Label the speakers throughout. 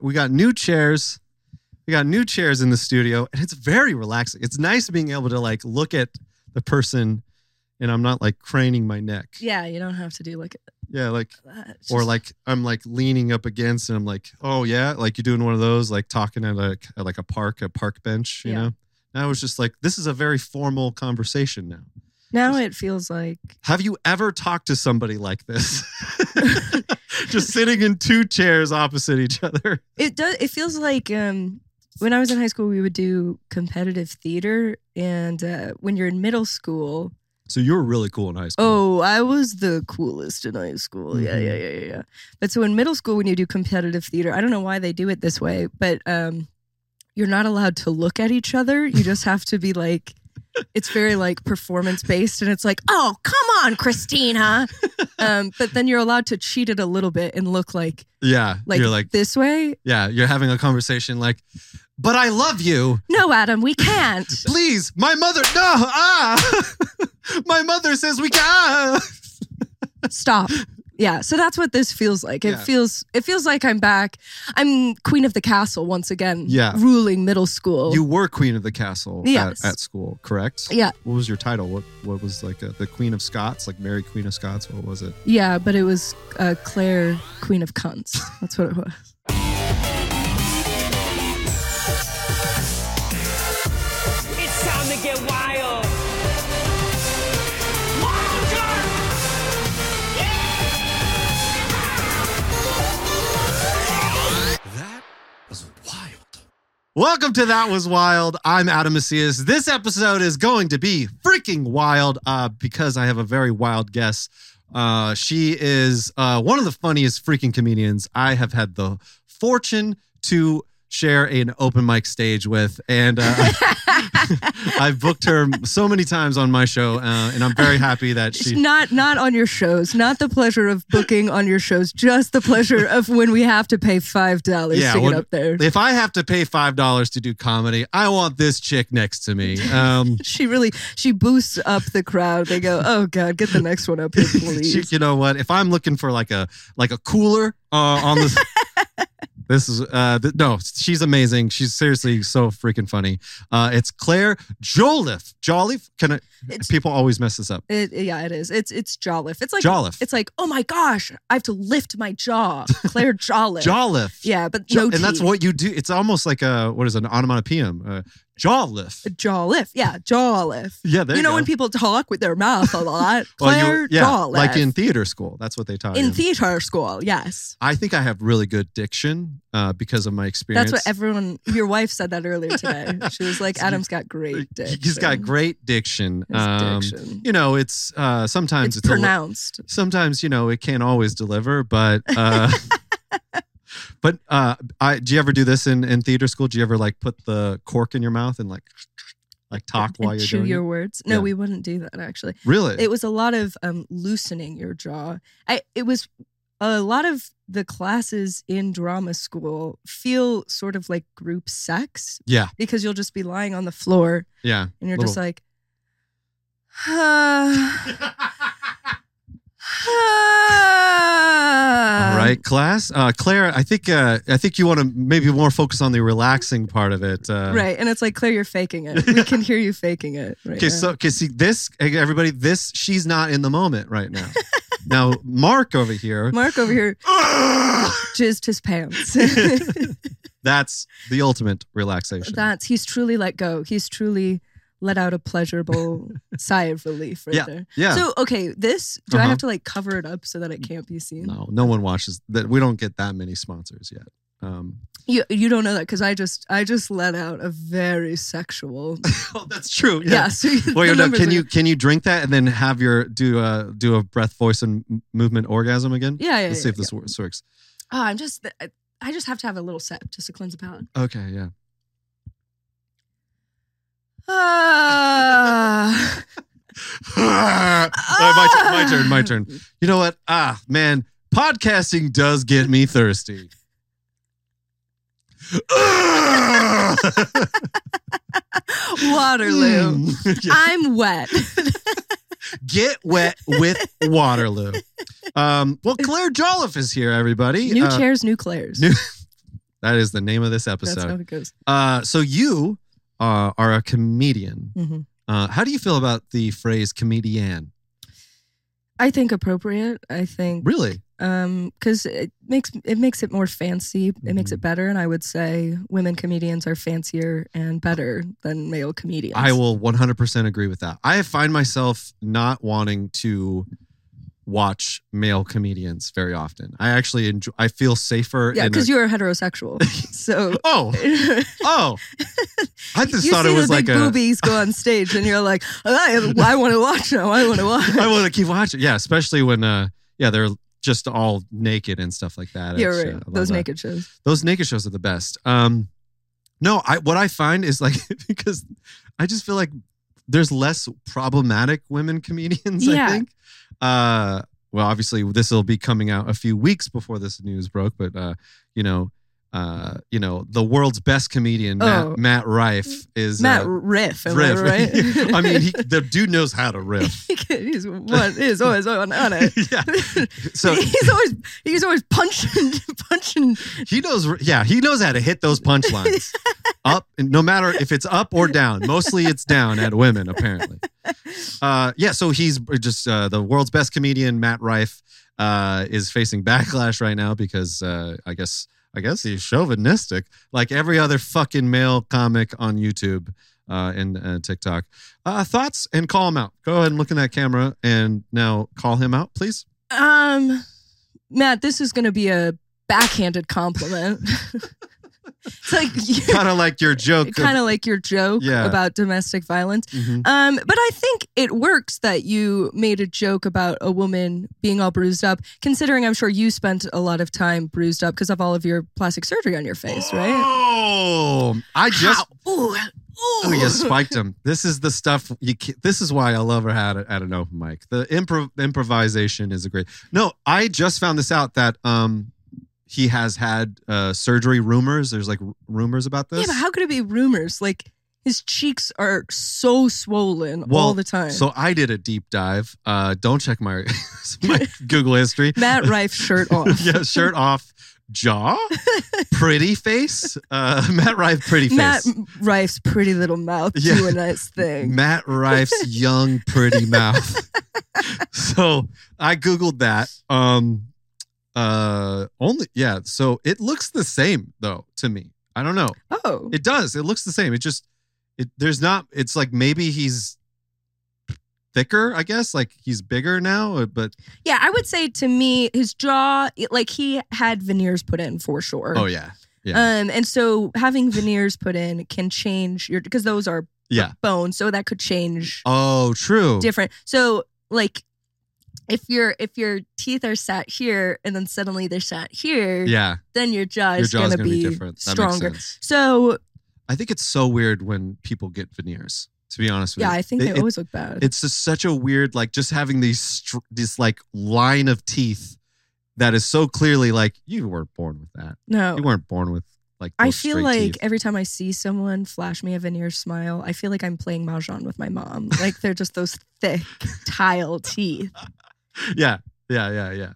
Speaker 1: We got new chairs. We got new chairs in the studio, and it's very relaxing. It's nice being able to like look at the person, and I'm not like craning my neck.
Speaker 2: Yeah, you don't have to do like
Speaker 1: Yeah, like
Speaker 2: that. It's
Speaker 1: or
Speaker 2: just-
Speaker 1: like I'm like leaning up against, and I'm like, oh yeah, like you're doing one of those, like talking at a at like a park, a park bench, you
Speaker 2: Yeah.
Speaker 1: know. And I was just like, this is a very formal conversation now.
Speaker 2: now it feels like
Speaker 1: Have you ever talked to somebody like this? Just sitting in two chairs opposite each other.
Speaker 2: it does it feels like um when i was in high school we would do competitive theater and uh, when you're in middle school
Speaker 1: So you were really cool in high school.
Speaker 2: oh i was the coolest in high school yeah
Speaker 1: Mm-hmm.
Speaker 2: yeah yeah yeah yeah but so in middle school when you do competitive theater i don't know why they do it this way but um you're not allowed to look at each other you just have to be like it's very like performance based and it's like oh come on christina um, but then you're allowed to cheat it a little bit and look like
Speaker 1: yeah.
Speaker 2: like,
Speaker 1: you're like,
Speaker 2: this way
Speaker 1: yeah, you're having a conversation like, but I love you.
Speaker 2: no adam we can't
Speaker 1: Please, my mother, no, ah, my mother says we can. Ah.
Speaker 2: stop yeah so that's what this feels like it
Speaker 1: Yeah.
Speaker 2: feels it feels like i'm back i'm queen of the castle once again
Speaker 1: Yeah.
Speaker 2: ruling middle school
Speaker 1: You were queen of the castle at-
Speaker 2: Yes.
Speaker 1: at, school, correct?
Speaker 2: Yeah.
Speaker 1: What was your title? What what was like uh the queen of Scots, like Mary Queen of Scots? What was it?
Speaker 2: yeah but it was uh, claire queen of cunts that's what it was
Speaker 3: It's time to get wild. Wild time!
Speaker 4: That was wild.
Speaker 1: Welcome to That Was Wild. I'm Adam Macias. This episode is going to be freaking wild uh, because I have a very wild guest. Uh, she is uh, one of the funniest freaking comedians I have had the fortune to share an open mic stage with. And uh, I've booked her so many times on my show, uh, and I'm very happy that she.
Speaker 2: not not on your shows not the pleasure of booking on your shows just the pleasure of when we have to pay five dollars
Speaker 1: Yeah,
Speaker 2: to get
Speaker 1: when-
Speaker 2: up there
Speaker 1: If I have to pay five dollars to do comedy, I want this chick next to me. Um,
Speaker 2: she really she boosts up the crowd they go oh god get the next one up here
Speaker 1: She-
Speaker 2: please
Speaker 1: you know what? If I'm looking for like a like a cooler uh, on this, this is uh, th- no. She's amazing. She's seriously so freaking funny. Uh, it's Claire Jolliffe. Jolliffe. Can I,
Speaker 2: It's-
Speaker 1: people always mess this up?
Speaker 2: it, yeah it is it's it's jolliffe it's like
Speaker 1: Jolliffe.
Speaker 2: It's like, oh my gosh, I have to lift my jaw. Claire Jolliffe.
Speaker 1: Jolliffe.
Speaker 2: Yeah, but
Speaker 1: Jo-
Speaker 2: no
Speaker 1: and that's
Speaker 2: teeth.
Speaker 1: what you do. It's almost like a what is it, an onomatopoeia? Uh, Jolliffe.
Speaker 2: jaw lift. Yeah, jaw lift.
Speaker 1: Yeah, there
Speaker 2: you
Speaker 1: you
Speaker 2: know
Speaker 1: go.
Speaker 2: when people talk with their mouth a lot?
Speaker 1: Well, you-
Speaker 2: Claire jaw lift.
Speaker 1: like in theater school. That's what they taught.
Speaker 2: In
Speaker 1: you.
Speaker 2: theater school, yes.
Speaker 1: I think I have really good diction uh, because of my experience.
Speaker 2: That's what everyone. Your wife said that earlier today. She was like, "Adam's got great diction.
Speaker 1: He's got great diction.
Speaker 2: His
Speaker 1: Um,
Speaker 2: diction.
Speaker 1: You know, it's uh, sometimes
Speaker 2: It's,
Speaker 1: it's, a li-
Speaker 2: pronounced.
Speaker 1: sometimes you know it can't always deliver, but uh, but uh, I do you ever do this in in theater school? Do you ever like put the cork in your mouth and like like talk
Speaker 2: and
Speaker 1: while you're
Speaker 2: chew
Speaker 1: doing
Speaker 2: your
Speaker 1: it?
Speaker 2: words. No,
Speaker 1: Yeah.
Speaker 2: we wouldn't do that actually.
Speaker 1: Really?
Speaker 2: It was a lot of um, loosening your jaw. I it was a lot of the classes in drama school feel sort of like group sex
Speaker 1: yeah,
Speaker 2: because you'll just be lying on the floor
Speaker 1: yeah.
Speaker 2: and you're just
Speaker 1: Little-
Speaker 2: like, ah, ah.
Speaker 1: All
Speaker 2: Um,
Speaker 1: right, class. Uh, Claire, I think uh, I think you want to maybe more focus on the relaxing part of it. Uh,
Speaker 2: Right, and it's like Claire, you're faking it. We can hear you faking it. Right
Speaker 1: Okay,
Speaker 2: now.
Speaker 1: so okay, see this everybody, this she's not in the moment right now. now Mark over here,
Speaker 2: Mark over here jizzed his pants.
Speaker 1: that's the ultimate relaxation.
Speaker 2: That's he's truly let go. He's truly let out a pleasurable sigh of relief right there.
Speaker 1: yeah.
Speaker 2: So okay, this do I
Speaker 1: Uh-huh.
Speaker 2: have to like cover it up so that it can't be seen?
Speaker 1: no, no one watches that. We don't get that many sponsors yet. Um,
Speaker 2: You you don't know that because I just I just let out a very sexual.
Speaker 1: oh, that's true.
Speaker 2: yeah. so you-
Speaker 1: Well,
Speaker 2: the
Speaker 1: you know,
Speaker 2: numbers
Speaker 1: can
Speaker 2: are-
Speaker 1: you can you drink that and then have your do a do a breath, voice, and m- movement orgasm again?
Speaker 2: Yeah, yeah.
Speaker 1: Let's
Speaker 2: yeah,
Speaker 1: see if
Speaker 2: yeah.
Speaker 1: this works. works.
Speaker 2: Oh, I'm just. I- I just have to have a little sip just to cleanse the palate.
Speaker 1: Okay, yeah.
Speaker 2: Ah.
Speaker 1: my, my turn. My turn. You know what? Ah, man, podcasting does get me thirsty.
Speaker 2: Waterloo.
Speaker 1: Mm. Yeah.
Speaker 2: I'm wet.
Speaker 1: Get wet with Waterloo. Um, well, Claire Jolliffe is here, everybody.
Speaker 2: new
Speaker 1: Uh,
Speaker 2: chairs, new Claires.
Speaker 1: new- That is the name of this
Speaker 2: That's how
Speaker 1: episode.
Speaker 2: it goes.
Speaker 1: uh, so you uh, are a comedian.
Speaker 2: Mhm.
Speaker 1: Uh, how do you feel about the phrase comedian?
Speaker 2: I think appropriate. I think
Speaker 1: Really?
Speaker 2: um because it makes it makes it more fancy it makes
Speaker 1: Mm-hmm.
Speaker 2: it better and i would say women comedians are fancier and better than male comedians
Speaker 1: I will 100% agree with that. I find myself not wanting to watch male comedians very often. I actually enjoy, I feel safer.
Speaker 2: yeah
Speaker 1: in a-
Speaker 2: because you're heterosexual so
Speaker 1: Oh, oh. I just
Speaker 2: you
Speaker 1: thought
Speaker 2: see
Speaker 1: it
Speaker 2: the
Speaker 1: was like
Speaker 2: big
Speaker 1: a.
Speaker 2: boobies go on stage and you're like "Oh, i, I want to watch now i want to watch
Speaker 1: I want to keep watching. Yeah, especially when, uh, yeah, they're just all naked and stuff like that.
Speaker 2: you're
Speaker 1: It's,
Speaker 2: right
Speaker 1: uh, I love
Speaker 2: those
Speaker 1: that.
Speaker 2: naked shows
Speaker 1: those naked shows are the best. Um, no, I what I find is like because I just feel like there's less problematic women comedians. I
Speaker 2: Yeah.
Speaker 1: think. Uh, well, obviously this will be coming out a few weeks before this news broke, but uh, you know, uh, you know, the world's best comedian
Speaker 2: Oh.
Speaker 1: Matt, Matt Rife is
Speaker 2: matt
Speaker 1: uh,
Speaker 2: riff am
Speaker 1: riff.
Speaker 2: i right
Speaker 1: I mean, he, the dude knows how to riff.
Speaker 2: he's one he's always on, on it
Speaker 1: yeah. So
Speaker 2: he's always he's always punching punching
Speaker 1: He knows, yeah, he knows how to hit those punchlines up, and no matter if it's up or down. Mostly, it's down at women, apparently. Uh, yeah, so he's just uh, the world's best comedian, Matt Rife, uh, is facing backlash right now because uh, I guess I guess he's chauvinistic, like every other fucking male comic on YouTube uh, and uh, TikTok. Uh, thoughts and call him out. Go ahead and look in that camera and now call him out, please.
Speaker 2: Um, Matt, this is going to be a backhanded compliment. it's like
Speaker 1: Kind of like your joke.
Speaker 2: kind of like your joke
Speaker 1: Yeah.
Speaker 2: about domestic violence.
Speaker 1: Mhm.
Speaker 2: Um, but I think it works that you made a joke about a woman being all bruised up, considering I'm sure you spent a lot of time bruised up because of all of your plastic surgery on your face, right?
Speaker 1: Oh, I just
Speaker 2: Ooh,
Speaker 1: Oh, you spiked him. This is the stuff you. ca- This is why I love her at, at an open mic. The improv improvisation is a great. No, I just found this out that um he has had uh surgery rumors. There's like r- rumors about
Speaker 2: Yeah,
Speaker 1: this.
Speaker 2: but how could it be rumors? Like his cheeks are so swollen all
Speaker 1: Well,
Speaker 2: the time.
Speaker 1: so I did a deep dive. Uh Don't check my my Google history.
Speaker 2: Matt Rife shirt off.
Speaker 1: yeah, shirt off, jaw, pretty face. Uh Matt Rife, pretty face.
Speaker 2: Matt Rife's pretty little mouth
Speaker 1: Yeah.
Speaker 2: do a nice thing.
Speaker 1: Matt Rife's young, pretty mouth. so I googled that. Um, uh, only yeah. So it looks the same though to me. I don't know.
Speaker 2: Oh,
Speaker 1: It does. It looks the same. It just it. There's not. It's like maybe he's thicker. I guess like he's bigger now. uh, But
Speaker 2: yeah. I would say to me, his jaw, it- like he had veneers put in for sure.
Speaker 1: oh yeah, yeah,
Speaker 2: Um, and so having veneers put in can change your because those are
Speaker 1: yeah.
Speaker 2: bone, so that could change
Speaker 1: Oh, true.
Speaker 2: different. So like, if your if your teeth are sat here and then suddenly they're sat here,
Speaker 1: Yeah,
Speaker 2: then your jaw
Speaker 1: your
Speaker 2: is
Speaker 1: jaw's
Speaker 2: going
Speaker 1: gonna
Speaker 2: to
Speaker 1: be
Speaker 2: be,
Speaker 1: different. That makes
Speaker 2: stronger.
Speaker 1: sense.
Speaker 2: So
Speaker 1: I think it's so weird when people get veneers. To be honest with
Speaker 2: yeah,
Speaker 1: you,
Speaker 2: I think
Speaker 1: It-
Speaker 2: they
Speaker 1: it-
Speaker 2: always look bad.
Speaker 1: it's just such a weird like just having these str- this like line of teeth that is so clearly like you weren't born with that
Speaker 2: no,
Speaker 1: you weren't born with like
Speaker 2: Oh. I
Speaker 1: those
Speaker 2: feel
Speaker 1: straight
Speaker 2: like
Speaker 1: teeth.
Speaker 2: every time I see someone flash me a veneer smile, I feel like I'm playing mahjong with my mom. Like they're just those thick tile teeth.
Speaker 1: yeah yeah yeah yeah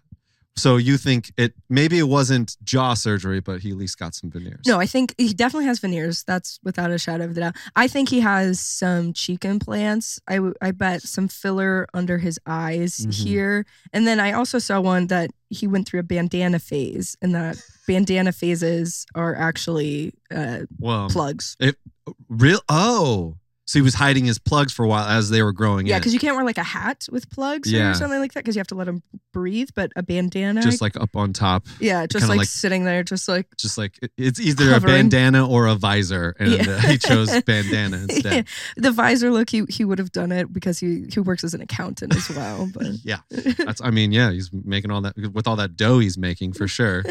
Speaker 1: so you think it maybe it wasn't jaw surgery but he at least got some veneers
Speaker 2: No, I think he definitely has veneers. That's without a shadow of a doubt. I think he has some cheek implants. I w- I bet some filler under his eyes
Speaker 1: Mhm.
Speaker 2: here, and then I also saw one that he went through a bandana phase, and that bandana phases are actually uh,
Speaker 1: well
Speaker 2: plugs.
Speaker 1: real oh so he was hiding his plugs for a while as they were growing
Speaker 2: Yeah,
Speaker 1: in
Speaker 2: because you can't wear like a hat with plugs
Speaker 1: Yeah.
Speaker 2: or something like that because you have to let them breathe. But a bandana,
Speaker 1: just like up on top
Speaker 2: yeah, just
Speaker 1: kinda
Speaker 2: like,
Speaker 1: like-
Speaker 2: sitting there, just like
Speaker 1: just like it- it's either a
Speaker 2: Covering.
Speaker 1: bandana or a visor and uh,
Speaker 2: Yeah.
Speaker 1: he chose bandana instead
Speaker 2: the visor look. He he would have done it because he he works as an accountant as well. But
Speaker 1: Yeah. That's I mean, yeah, he's making all that with all that dough he's making for sure.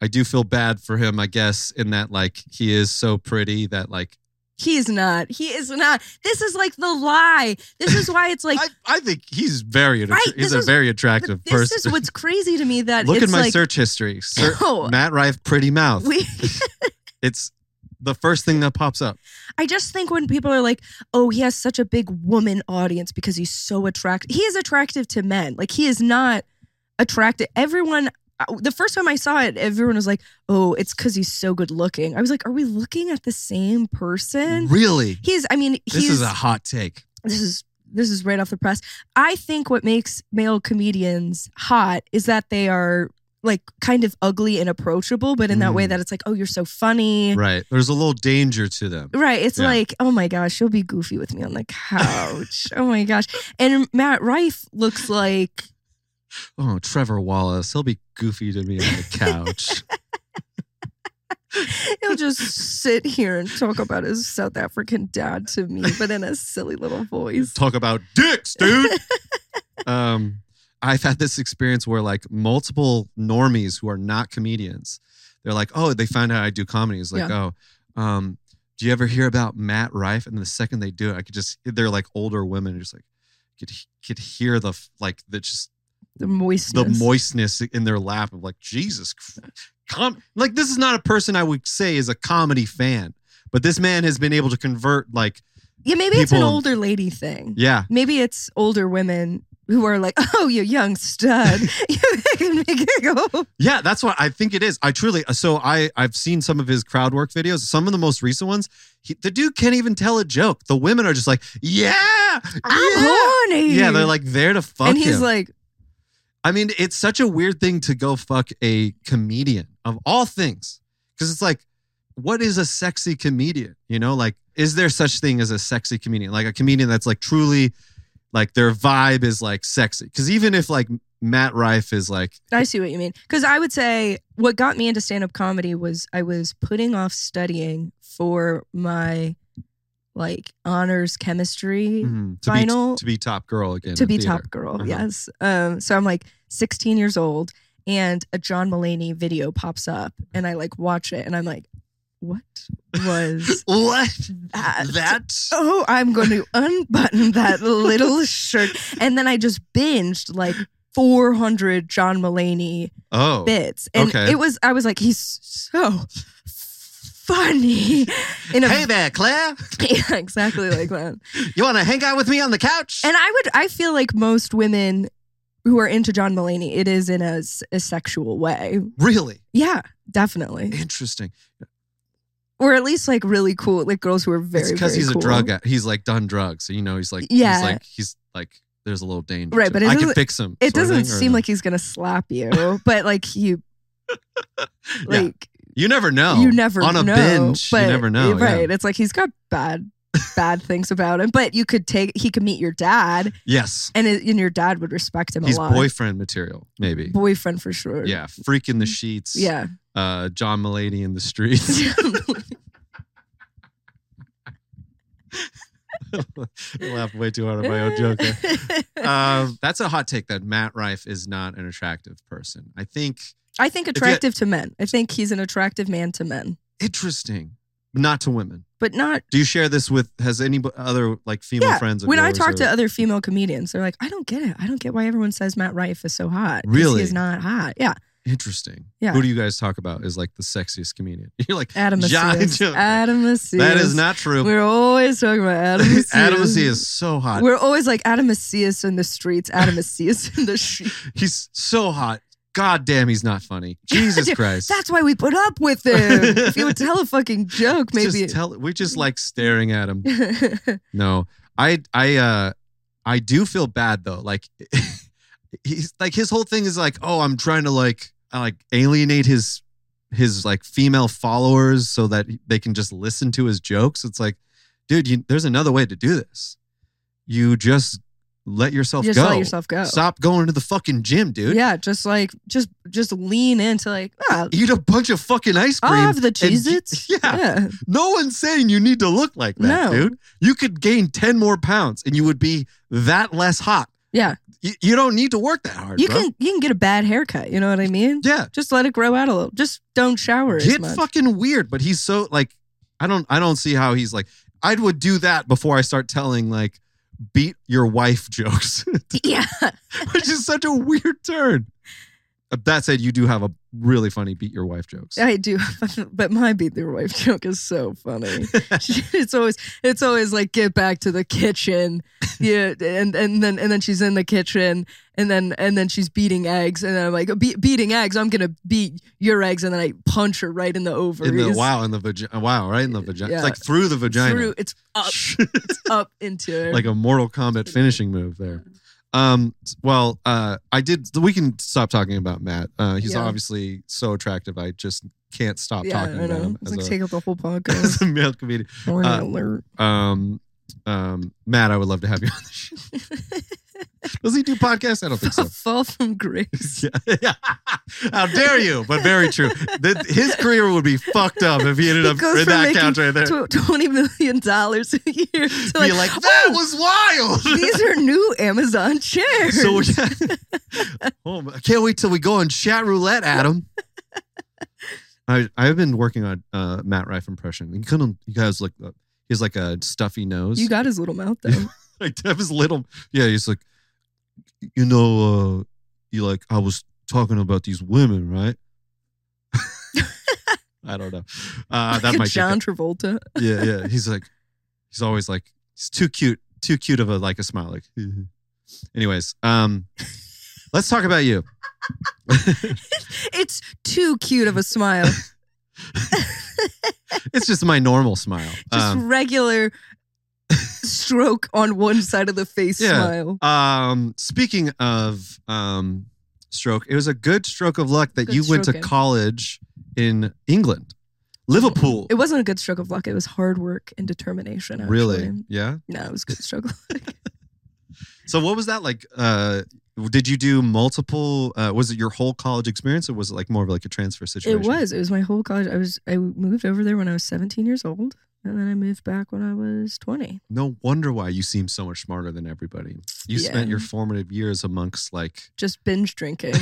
Speaker 1: I do feel bad for him, I guess, in that like he is so pretty that like
Speaker 2: he's not. He is not. This is like the lie. This is why it's like.
Speaker 1: I, I think he's very attra-
Speaker 2: Right,
Speaker 1: he's
Speaker 2: this
Speaker 1: a
Speaker 2: is-
Speaker 1: very
Speaker 2: but
Speaker 1: attractive
Speaker 2: this
Speaker 1: person.
Speaker 2: is what's crazy to me that
Speaker 1: Look
Speaker 2: it's
Speaker 1: at my
Speaker 2: like
Speaker 1: search history. Sir,
Speaker 2: No.
Speaker 1: Matt Rife pretty mouth.
Speaker 2: we.
Speaker 1: it's the first thing that pops up.
Speaker 2: I just think when people are like, "Oh, he has such a big woman audience because he's so attractive." He is attractive to men. Like he is not attractive. Everyone I- the first time I saw it, everyone was like, "Oh, it's because he's so good looking." I was like, "Are we looking at the same person?"
Speaker 1: Really?
Speaker 2: He's. I mean, he's.
Speaker 1: This is a hot take.
Speaker 2: this is this is right off the press. I think what makes male comedians hot is that they are like kind of ugly and approachable, but in that way
Speaker 1: Mm.
Speaker 2: that it's like, oh, you're so funny. Right.
Speaker 1: Right. There's a little danger to them.
Speaker 2: it's
Speaker 1: Yeah.
Speaker 2: like, oh my gosh, she'll be goofy with me on the couch. oh my gosh. And Matt Rife looks like
Speaker 1: Oh, Trevor Wallace. He'll be goofy to me on the couch.
Speaker 2: he'll just sit here and talk about his South African dad to me, but in a silly little voice.
Speaker 1: Talk about dicks, dude. um, I've had this experience where like multiple normies who are not comedians, they're like, oh, they found out I do comedy. It's like, oh, um, do you ever hear about Matt Rife? And the second they do it, I could just they're like older women, just like could could hear the like the just
Speaker 2: The moistness.
Speaker 1: the moistness in their lap of like Jesus, Christ. com- like this is not a person I would say is a comedy fan, but this man has been able to convert like
Speaker 2: yeah, maybe it's an
Speaker 1: people-
Speaker 2: older lady thing.
Speaker 1: yeah,
Speaker 2: maybe it's older women who are like, "Oh, you young stud, you making me giggle."
Speaker 1: yeah. That's what I think it is. I truly so I I've seen some of his crowd work videos, some of the most recent ones. He, the dude can't even tell a joke. The women are just like yeah,
Speaker 2: I'm
Speaker 1: yeah.
Speaker 2: horny.
Speaker 1: Yeah, they're like there to fuck
Speaker 2: Oh, and he's
Speaker 1: him.
Speaker 2: like,
Speaker 1: I mean, it's such a weird thing to go fuck a comedian of all things. Cause it's like, what is a sexy comedian? You know, like, is there such thing as a sexy comedian? Like a comedian that's like truly like their vibe is like sexy. Cause even if like Matt Rife is like,
Speaker 2: "I see what you mean." Because I would say what got me into stand-up comedy was I was putting off studying for my like honors chemistry
Speaker 1: mm, to,
Speaker 2: Final-
Speaker 1: be, to be top girl again.
Speaker 2: to
Speaker 1: in
Speaker 2: be
Speaker 1: theater.
Speaker 2: top girl.
Speaker 1: Uh-huh.
Speaker 2: Yes. Um, so I'm like 16 years old, and a John Mulaney video pops up, and I like watch it, and I'm like, "What was
Speaker 1: What?
Speaker 2: that?"
Speaker 1: That?
Speaker 2: oh, I'm going to unbutton that little shirt. And then I just binged like 400 John Mulaney
Speaker 1: Oh.
Speaker 2: bits. And
Speaker 1: okay.
Speaker 2: it was, I was like, he's so funny. In a,
Speaker 1: Hey there, Claire.
Speaker 2: yeah, exactly like that.
Speaker 1: You want to hang out with me on the couch?
Speaker 2: And I would, I feel like most women who are into John Mulaney, it is in a, s- a sexual way.
Speaker 1: really?
Speaker 2: Yeah, definitely.
Speaker 1: Interesting.
Speaker 2: Or at least like really cool, like girls who are very,
Speaker 1: It's because
Speaker 2: very
Speaker 1: he's
Speaker 2: cool.
Speaker 1: a drug. ad- He's like done drugs. So, you know, he's like,
Speaker 2: Yeah.
Speaker 1: he's like, he's like, there's a little danger.
Speaker 2: Right,
Speaker 1: to
Speaker 2: but
Speaker 1: it.
Speaker 2: it
Speaker 1: I can
Speaker 2: doesn't-
Speaker 1: fix him.
Speaker 2: It
Speaker 1: sort of
Speaker 2: doesn't
Speaker 1: thing, or
Speaker 2: seem
Speaker 1: no?
Speaker 2: like he's going to slap you, but like he, like,
Speaker 1: you never know.
Speaker 2: you never
Speaker 1: on a
Speaker 2: know,
Speaker 1: binge.
Speaker 2: but-
Speaker 1: you never know. yeah.
Speaker 2: right? It's like he's got bad, bad things about him. But you could take he could meet your dad,
Speaker 1: Yes,
Speaker 2: and it, and your dad would respect him
Speaker 1: he's
Speaker 2: a lot.
Speaker 1: boyfriend material. Maybe.
Speaker 2: Boyfriend for sure.
Speaker 1: yeah, freak in the sheets.
Speaker 2: yeah.
Speaker 1: uh, John Mulaney in the streets.
Speaker 2: I
Speaker 1: I laughed way too hard at my own joke. there. Um, that's a hot take that Matt Rife is not an attractive person. I think
Speaker 2: I think attractive to men. I think he's an attractive man to men,
Speaker 1: interesting, not to women.
Speaker 2: but not.
Speaker 1: Do you share this with? Has any b- other like female
Speaker 2: yeah.
Speaker 1: friends? of
Speaker 2: when I
Speaker 1: yours
Speaker 2: talk
Speaker 1: or-
Speaker 2: to other female comedians, they're like, "I don't get it. I don't get why everyone says Matt Rife is so hot. 'Cause
Speaker 1: Really?
Speaker 2: he's not hot. Yeah,
Speaker 1: Interesting.
Speaker 2: Yeah.
Speaker 1: Who do you guys talk about is like the sexiest comedian? You're like
Speaker 2: Adam
Speaker 1: John-
Speaker 2: Macias. Adam Macias.
Speaker 1: That is not true.
Speaker 2: We're always talking about Adam Macias.
Speaker 1: Adam Macias is so hot.
Speaker 2: We're always like Adam Macias in the streets, Adam Macias in the streets.
Speaker 1: he's so hot. God damn, he's not funny. Jesus
Speaker 2: Dude,
Speaker 1: Christ.
Speaker 2: That's why we put up with him. if he would tell a fucking joke, maybe. Mm.
Speaker 1: Just tell, we're just like staring at him. No, I, I, uh, I do feel bad though. Like he's like his whole thing is like, oh, I'm trying to like, I like alienate his, his like female followers so that they can just listen to his jokes. It's like, dude, you, there's another way to do this. You just let yourself
Speaker 2: just
Speaker 1: go.
Speaker 2: let yourself go.
Speaker 1: Stop going to the fucking gym, dude.
Speaker 2: Yeah, just like just just lean into like ah,
Speaker 1: Eat a bunch of fucking ice cream.
Speaker 2: I'll have the
Speaker 1: and-
Speaker 2: Cheez Its.
Speaker 1: Yeah. No one's saying you need to look like that,
Speaker 2: No.
Speaker 1: dude. You could gain 10 more pounds and you would be that less hot.
Speaker 2: Yeah.
Speaker 1: Y- you don't need to work that hard,
Speaker 2: You
Speaker 1: bro.
Speaker 2: can you can get a bad haircut, you know what I mean?
Speaker 1: yeah.
Speaker 2: Just let it grow out a little. Just don't shower as
Speaker 1: Get
Speaker 2: much.
Speaker 1: fucking weird, but he's so like I don't I don't see how he's like I would do that before I start telling like beat your wife jokes,
Speaker 2: yeah.
Speaker 1: which is such a weird turn. Uh, That said, you do have a really funny beat your wife jokes.
Speaker 2: I do, but my beat their wife joke is so funny. it's always it's always like get back to the kitchen, yeah, and and then and then she's in the kitchen, and then and then she's beating eggs, and then I'm like Be- beating eggs. I'm gonna beat your eggs, and then I punch her right in the ovaries.
Speaker 1: in the wow, in the vagina, wow, right in the vagina,
Speaker 2: Uh, Yeah.
Speaker 1: it's like through the vagina,
Speaker 2: Through, uh, it's up, it's up into her.
Speaker 1: like a Mortal Kombat finishing move there. Um, well, uh, I did. We can stop talking about Matt. Uh, he's
Speaker 2: Yeah.
Speaker 1: obviously so attractive. I just can't stop
Speaker 2: yeah,
Speaker 1: talking
Speaker 2: I
Speaker 1: about
Speaker 2: know.
Speaker 1: him
Speaker 2: It's
Speaker 1: as,
Speaker 2: like
Speaker 1: a,
Speaker 2: take up the whole
Speaker 1: as
Speaker 2: podcast.
Speaker 1: a male comedian.
Speaker 2: Warning
Speaker 1: uh,
Speaker 2: alert.
Speaker 1: Um, um, Matt, I would love to have you on the show. Does he do podcasts? I don't think so.
Speaker 2: Fall from grace.
Speaker 1: yeah. How dare you? But very true. The, his career would be fucked up if he ended
Speaker 2: He
Speaker 1: up
Speaker 2: goes
Speaker 1: in
Speaker 2: from
Speaker 1: that
Speaker 2: making
Speaker 1: couch right there.
Speaker 2: Tw- Twenty million dollars a year. To
Speaker 1: be like, that
Speaker 2: "Oh,
Speaker 1: was wild.
Speaker 2: These are new Amazon chairs.
Speaker 1: so we- oh, my- I can't wait till we go on chat roulette, Adam. I I've been working on uh, Matt Rife impression. You couldn't. You guys like uh, he's like a stuffy nose.
Speaker 2: you got his little mouth though.
Speaker 1: like Dev is little. Yeah, he's like, you know, uh, you like I was talking about these women, right? I don't know. Uh, that
Speaker 2: Like a
Speaker 1: might
Speaker 2: John Travolta.
Speaker 1: Get, yeah, yeah. He's like, he's always like, he's too cute, too cute of a like a smile. Like, "Mm-hmm." anyways, um, let's talk about you.
Speaker 2: It's too cute of a smile. Just
Speaker 1: It's just my normal smile. Um,
Speaker 2: regular stroke on one side of the face
Speaker 1: Yeah.
Speaker 2: smile.
Speaker 1: um, speaking of um, stroke, it was a good stroke of luck that
Speaker 2: Good
Speaker 1: you went to
Speaker 2: stroke, eh? yeah.
Speaker 1: college in England, Liverpool.
Speaker 2: It wasn't a good stroke of luck. It was hard work and determination. Actually.
Speaker 1: Really? Yeah.
Speaker 2: No, it was a good stroke of luck.
Speaker 1: So what was that like? Uh, did you do multiple? Uh, was it your whole college experience, or was it like more of like a transfer
Speaker 2: it
Speaker 1: situation?
Speaker 2: was. It was my whole college. I was. I moved over there when I was 17 years old, and then I moved back when I was 20.
Speaker 1: No wonder why you seem so much smarter than everybody. You
Speaker 2: Yeah.
Speaker 1: spent your formative years amongst like
Speaker 2: Just binge drinking,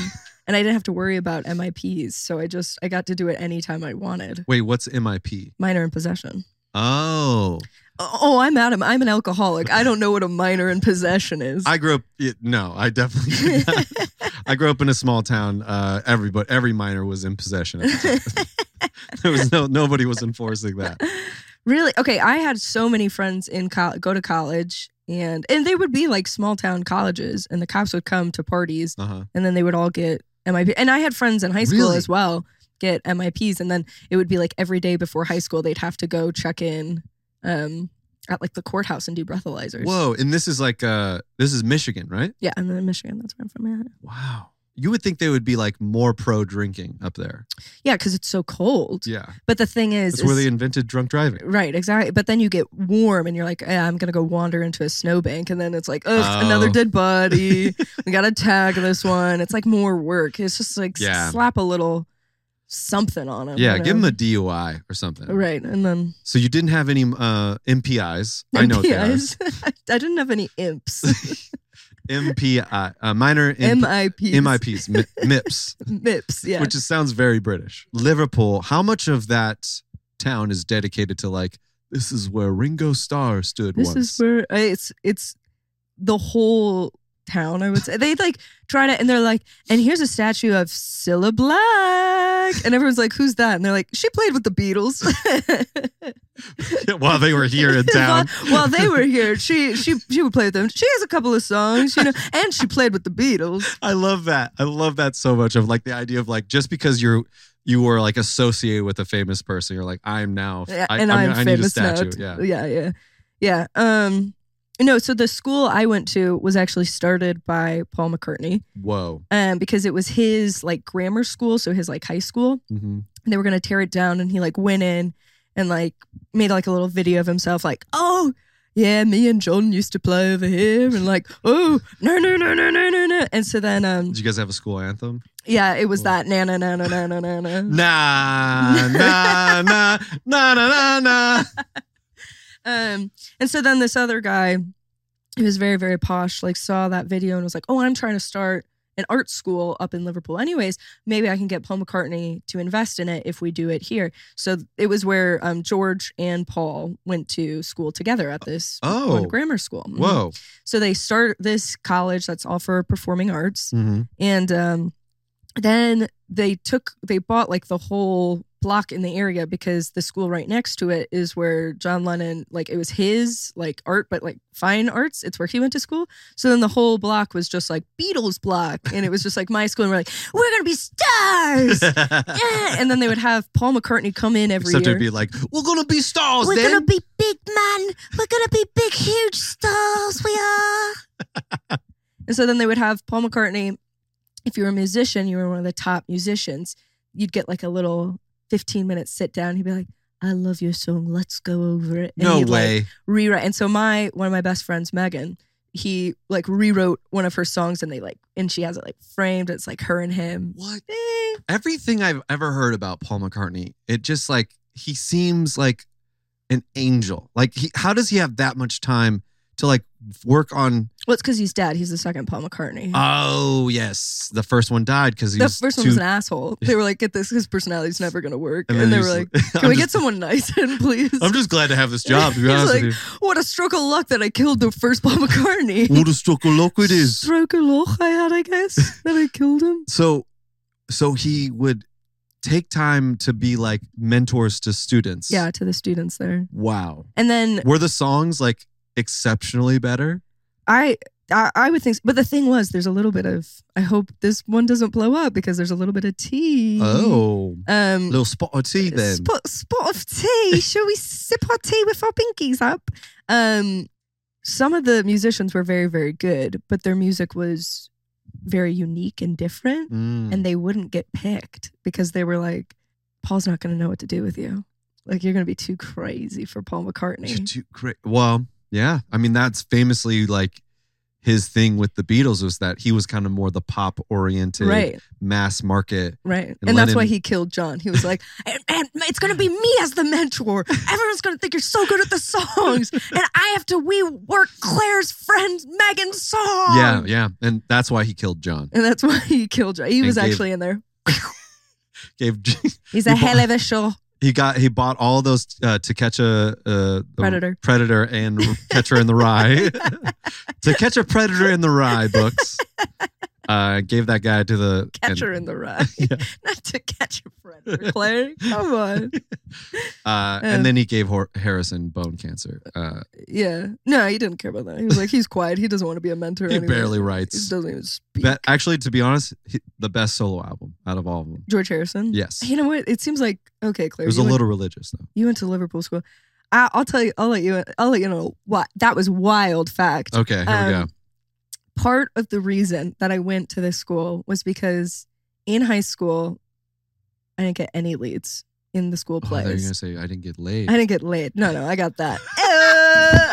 Speaker 2: and I didn't have to worry about MIPs. So I just I got to do it anytime I wanted.
Speaker 1: wait, what's MIP?
Speaker 2: Minor in possession.
Speaker 1: Oh,
Speaker 2: Oh, I'm Adam. I'm an alcoholic. I don't know what a minor in possession is.
Speaker 1: I grew up. yeah, No, I definitely. did not. I grew up in a small town. Uh, everybody, every minor was in possession. At the time. there was no nobody was enforcing that.
Speaker 2: really? Okay, I had so many friends in col- go to college and and they would be like small town colleges and the cops would come to parties
Speaker 1: Uh huh.
Speaker 2: and then they would all get MIP. And I had friends in high school
Speaker 1: Really?
Speaker 2: as well get MIPs and then it would be like every day before high school they'd have to go check in um at like the courthouse and do breathalyzers.
Speaker 1: Whoa, and this is like uh, this is Michigan, right?
Speaker 2: Yeah, I'm in Michigan. That's where I'm from. Yeah.
Speaker 1: Wow. You would think they would be like more pro drinking up there.
Speaker 2: Yeah, cuz it's so cold.
Speaker 1: Yeah.
Speaker 2: But the thing is
Speaker 1: That's where
Speaker 2: is-
Speaker 1: they invented drunk driving.
Speaker 2: Right, exactly. But then you get warm and you're like, eh, I'm going to go wander into a snowbank. And then it's like, ugh,
Speaker 1: Oh.
Speaker 2: another dead body. we got to tag this one. It's like more work. It's just like s-
Speaker 1: Yeah.
Speaker 2: slap a little something on him.
Speaker 1: Yeah,
Speaker 2: you
Speaker 1: give
Speaker 2: know?
Speaker 1: them a DUI or something.
Speaker 2: Right. And then
Speaker 1: So you didn't have any uh, MPIs. I know what they are.
Speaker 2: MPIs. I didn't have any imps.
Speaker 1: MPI, uh, minor imp-
Speaker 2: MIPs.
Speaker 1: MIPs, mi- MIPS,
Speaker 2: MIPS, yeah.
Speaker 1: which is, sounds very British. Liverpool, how much of that town is dedicated to like, this is where Ringo Starr stood
Speaker 2: this
Speaker 1: once?
Speaker 2: is where I- it's it's the whole town i would say they like try to and they're like and here's a statue of Cilla black and everyone's like who's that and they're like she played with the beatles
Speaker 1: While they were here in town.
Speaker 2: while, while they were here she she she would play with them she has a couple of songs you know and she played with the beatles
Speaker 1: I love that. I love that so much of like the idea of like just because you're you were like associated with a famous person, you're like, I'm now
Speaker 2: Yeah,
Speaker 1: I,
Speaker 2: and
Speaker 1: I'm-
Speaker 2: i'm,
Speaker 1: I need a
Speaker 2: famous now
Speaker 1: statue.
Speaker 2: t-
Speaker 1: Yeah.
Speaker 2: yeah yeah yeah um no so the school i went to was actually started by paul mccartney
Speaker 1: Whoa.
Speaker 2: um, because it was his like grammar school, so his like high school.
Speaker 1: hmm
Speaker 2: And they were gonna tear it down, and he like went in and like made like a little video of himself, like, oh yeah, me and John used to play over here, and like, oh no no no no no no no. And so then um
Speaker 1: Did you guys have a school anthem?
Speaker 2: yeah, it was
Speaker 1: Oh.
Speaker 2: that na na na na na na na na.
Speaker 1: Nah, nah, nah, nah, nah, nah, nah.
Speaker 2: Um, and so then this other guy, who was very very posh, like saw that video and was like, oh, I'm trying to start. An art school up in Liverpool, anyways. Maybe I can get Paul McCartney to invest in it if we do it here. So it was where um, George and Paul went to school together at this
Speaker 1: Oh.
Speaker 2: one grammar school. Mhm.
Speaker 1: Whoa.
Speaker 2: So they start this college that's all for performing arts,
Speaker 1: Mm-hmm.
Speaker 2: and um, then they took they bought like the whole block in the area because the school right next to it is where John Lennon like it was his like art but like fine arts it's where he went to school so then the whole block was just like Beatles block and it was just like my school and we're like we're going to be stars yeah and then they would have Paul McCartney come in every
Speaker 1: Except
Speaker 2: year
Speaker 1: it'd be like, we're gonna be stars
Speaker 2: we're
Speaker 1: then.
Speaker 2: gonna be big man. We're gonna be big, huge stars. We are. and so then they would have Paul McCartney. If you were a musician, you were one of the top musicians. You'd get like a little fifteen minute sit down. He'd be like, "I love your song. Let's go over it." And
Speaker 1: no
Speaker 2: he'd, like,
Speaker 1: way.
Speaker 2: rewrite. And so my one of my best friends, Megan, he like rewrote one of her songs, and they like, and she has it like framed. It's like her and him.
Speaker 1: what?
Speaker 2: Eh.
Speaker 1: Everything I've ever heard about Paul McCartney, it just like he seems like an angel. Like, he, how does he have that much time to like work on?
Speaker 2: Well, it's because he's dead. He's the second Paul McCartney.
Speaker 1: Oh yes, the first one died because he
Speaker 2: The
Speaker 1: was
Speaker 2: first
Speaker 1: too.
Speaker 2: one was an asshole. They were like, "Get this, his personality's never gonna work." And,
Speaker 1: then
Speaker 2: they
Speaker 1: he
Speaker 2: were
Speaker 1: was-
Speaker 2: like,
Speaker 1: I'm
Speaker 2: "Can we
Speaker 1: just-
Speaker 2: get someone nice in, please?"
Speaker 1: I'm just glad to have this job. To be
Speaker 2: He's
Speaker 1: honest
Speaker 2: like,
Speaker 1: with
Speaker 2: what a stroke of luck that I killed the first Paul McCartney.
Speaker 1: you, what a stroke of luck it is.
Speaker 2: Stroke of luck I had, I guess, that I killed him.
Speaker 1: So, so he would take time to be like mentors to students.
Speaker 2: Yeah, to the students there,
Speaker 1: Wow.
Speaker 2: and then
Speaker 1: Were the songs like exceptionally better?
Speaker 2: I, I, I would think. But the thing was, there's a little bit of. I hope this one doesn't blow up because there's a little bit of tea.
Speaker 1: Oh,
Speaker 2: Mm-hmm. um,
Speaker 1: little spot of tea then.
Speaker 2: Spot, spot of tea. Shall we sip our tea with our pinkies up? Um, some of the musicians were very, very good, but their music was very unique and different,
Speaker 1: Mm.
Speaker 2: and they wouldn't get picked because they were like, "Paul's not going to know what to do with you. Like you're going to be too crazy for Paul
Speaker 1: You're
Speaker 2: McCartney."
Speaker 1: too cra- Well, yeah. I mean, that's famously like his thing with the Beatles was that he was kind of more the pop oriented,
Speaker 2: Right,
Speaker 1: mass market.
Speaker 2: right, and,
Speaker 1: And
Speaker 2: that's why
Speaker 1: Lennon-
Speaker 2: he killed John. He was like, and, and "It's gonna be me as the mentor. Everyone's gonna think you're so good at the songs, and I have to rework Claire's friend Megan's song."
Speaker 1: Yeah, yeah. And that's why he killed John.
Speaker 2: And that's why he killed John. He
Speaker 1: And
Speaker 2: was
Speaker 1: gave-
Speaker 2: actually in there.
Speaker 1: Gave
Speaker 2: He's
Speaker 1: a He bought- hell
Speaker 2: of a show.
Speaker 1: he got he bought all those uh, to catch a uh,
Speaker 2: Predator.
Speaker 1: predator and catcher in the rye, to catch a predator in the rye books. Uh, gave that guy to the
Speaker 2: Catcher in the rye.
Speaker 1: Yeah.
Speaker 2: Not to catch a predator, Claire. Come on.
Speaker 1: uh,
Speaker 2: Um,
Speaker 1: and then he gave Hor- Harrison bone cancer. Uh,
Speaker 2: Yeah. No, he didn't care about that. He was like, he's quiet. He doesn't want to be a mentor.
Speaker 1: he
Speaker 2: anyway.
Speaker 1: barely
Speaker 2: He
Speaker 1: writes.
Speaker 2: doesn't even speak.
Speaker 1: That actually, to be honest, he, the best solo album out of all of them.
Speaker 2: George Harrison.
Speaker 1: Yes,
Speaker 2: You know what? It seems like okay, Claire.
Speaker 1: it was
Speaker 2: you
Speaker 1: a
Speaker 2: went-
Speaker 1: little religious though.
Speaker 2: You went to Liverpool school. I, I'll tell you. I'll let you. I'll let you know what that was. Wild fact.
Speaker 1: Okay, here we go.
Speaker 2: Um, part of the reason that I went to this school was because in high school, I didn't get any leads in the school
Speaker 1: Oh, I thought you were
Speaker 2: plays.
Speaker 1: gonna say I didn't get laid.
Speaker 2: I didn't get laid. No, no, I got that. Uh,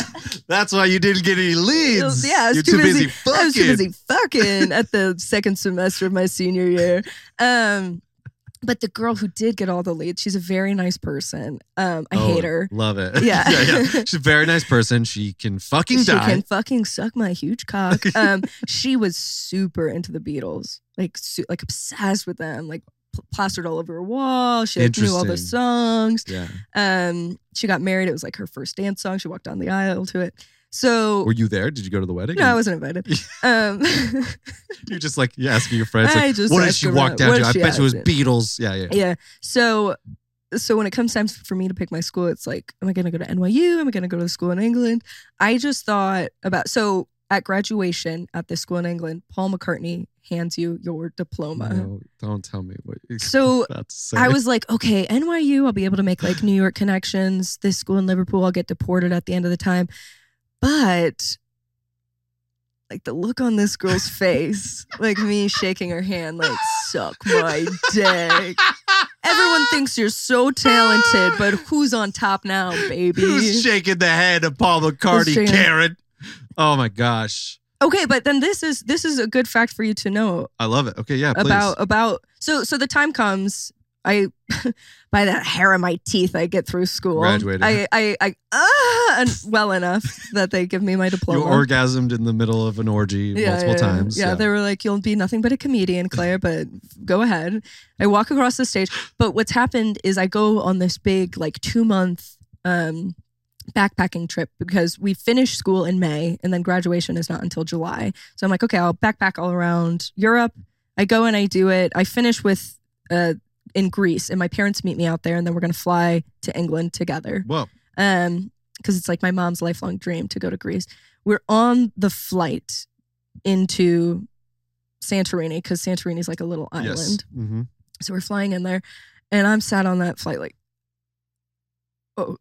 Speaker 1: That's why you didn't get any leads.
Speaker 2: Yeah, I was
Speaker 1: you're too busy, fucking.
Speaker 2: I was too busy fucking at the second semester of my senior year. Um, but the girl who did get all the leads, she's a very nice person. Um, I
Speaker 1: Oh,
Speaker 2: hate her.
Speaker 1: Love it.
Speaker 2: Yeah.
Speaker 1: yeah, yeah. She's a very nice person. She can fucking
Speaker 2: She
Speaker 1: die.
Speaker 2: can fucking suck my huge cock. Um, she was super into the Beatles, like su- like obsessed with them, like pl- plastered all over her wall. She like, knew all the
Speaker 1: Interesting.
Speaker 2: songs.
Speaker 1: Yeah.
Speaker 2: Um, she got married. It was like her first dance song. She walked down the aisle to it. So
Speaker 1: Were you there? Did you go to the wedding?
Speaker 2: no, I wasn't invited. Um,
Speaker 1: You're just like you asking your friends. Like,
Speaker 2: I just
Speaker 1: what did
Speaker 2: asked
Speaker 1: she
Speaker 2: her
Speaker 1: walk
Speaker 2: out.
Speaker 1: down
Speaker 2: What
Speaker 1: to?
Speaker 2: did
Speaker 1: I
Speaker 2: she
Speaker 1: bet it was
Speaker 2: ask?
Speaker 1: Beatles. Yeah, yeah.
Speaker 2: yeah. So so when it comes time for me to pick my school, it's like, am I gonna go to NYU? Am I gonna go to the school in England? I just thought about so at graduation at this school in England, Paul McCartney hands you your diploma.
Speaker 1: No, don't tell me what you're
Speaker 2: So,
Speaker 1: about to say.
Speaker 2: I was like, okay, NYU, I'll be able to make like New York connections. This school in Liverpool, I'll get deported at the end of the time. But like the look on this girl's face, like me shaking her hand, like, suck my dick. Everyone thinks you're so talented, but who's on top now, baby?
Speaker 1: Who's shaking the head of Paul McCartney,
Speaker 2: shaking-
Speaker 1: Karen? Oh my gosh.
Speaker 2: okay, but then this is this is a good fact for you to know
Speaker 1: I love it. Okay, yeah, please.
Speaker 2: about about so so the time comes I by the hair of my teeth I get through school.
Speaker 1: Graduated.
Speaker 2: I I I uh, and well enough that they give me my diploma.
Speaker 1: you orgasmed in the middle of an orgy multiple times.
Speaker 2: Yeah, they were like, "You'll be nothing but a comedian, Claire." But go ahead. I walk across the stage, but what's happened is I go on this big like two month um, backpacking trip because we finish school in May and then graduation is not until July. So I'm like, okay, I'll backpack all around Europe. I go and I do it. I finish with uh, in Greece, and my parents meet me out there, and then we're gonna fly to England together.
Speaker 1: Whoa.
Speaker 2: Um, because it's like my mom's lifelong dream to go to Greece. We're on the flight into Santorini because Santorini's like a little island.
Speaker 1: Yes. hmm
Speaker 2: So we're flying in there, and I'm sat on that flight like, oh,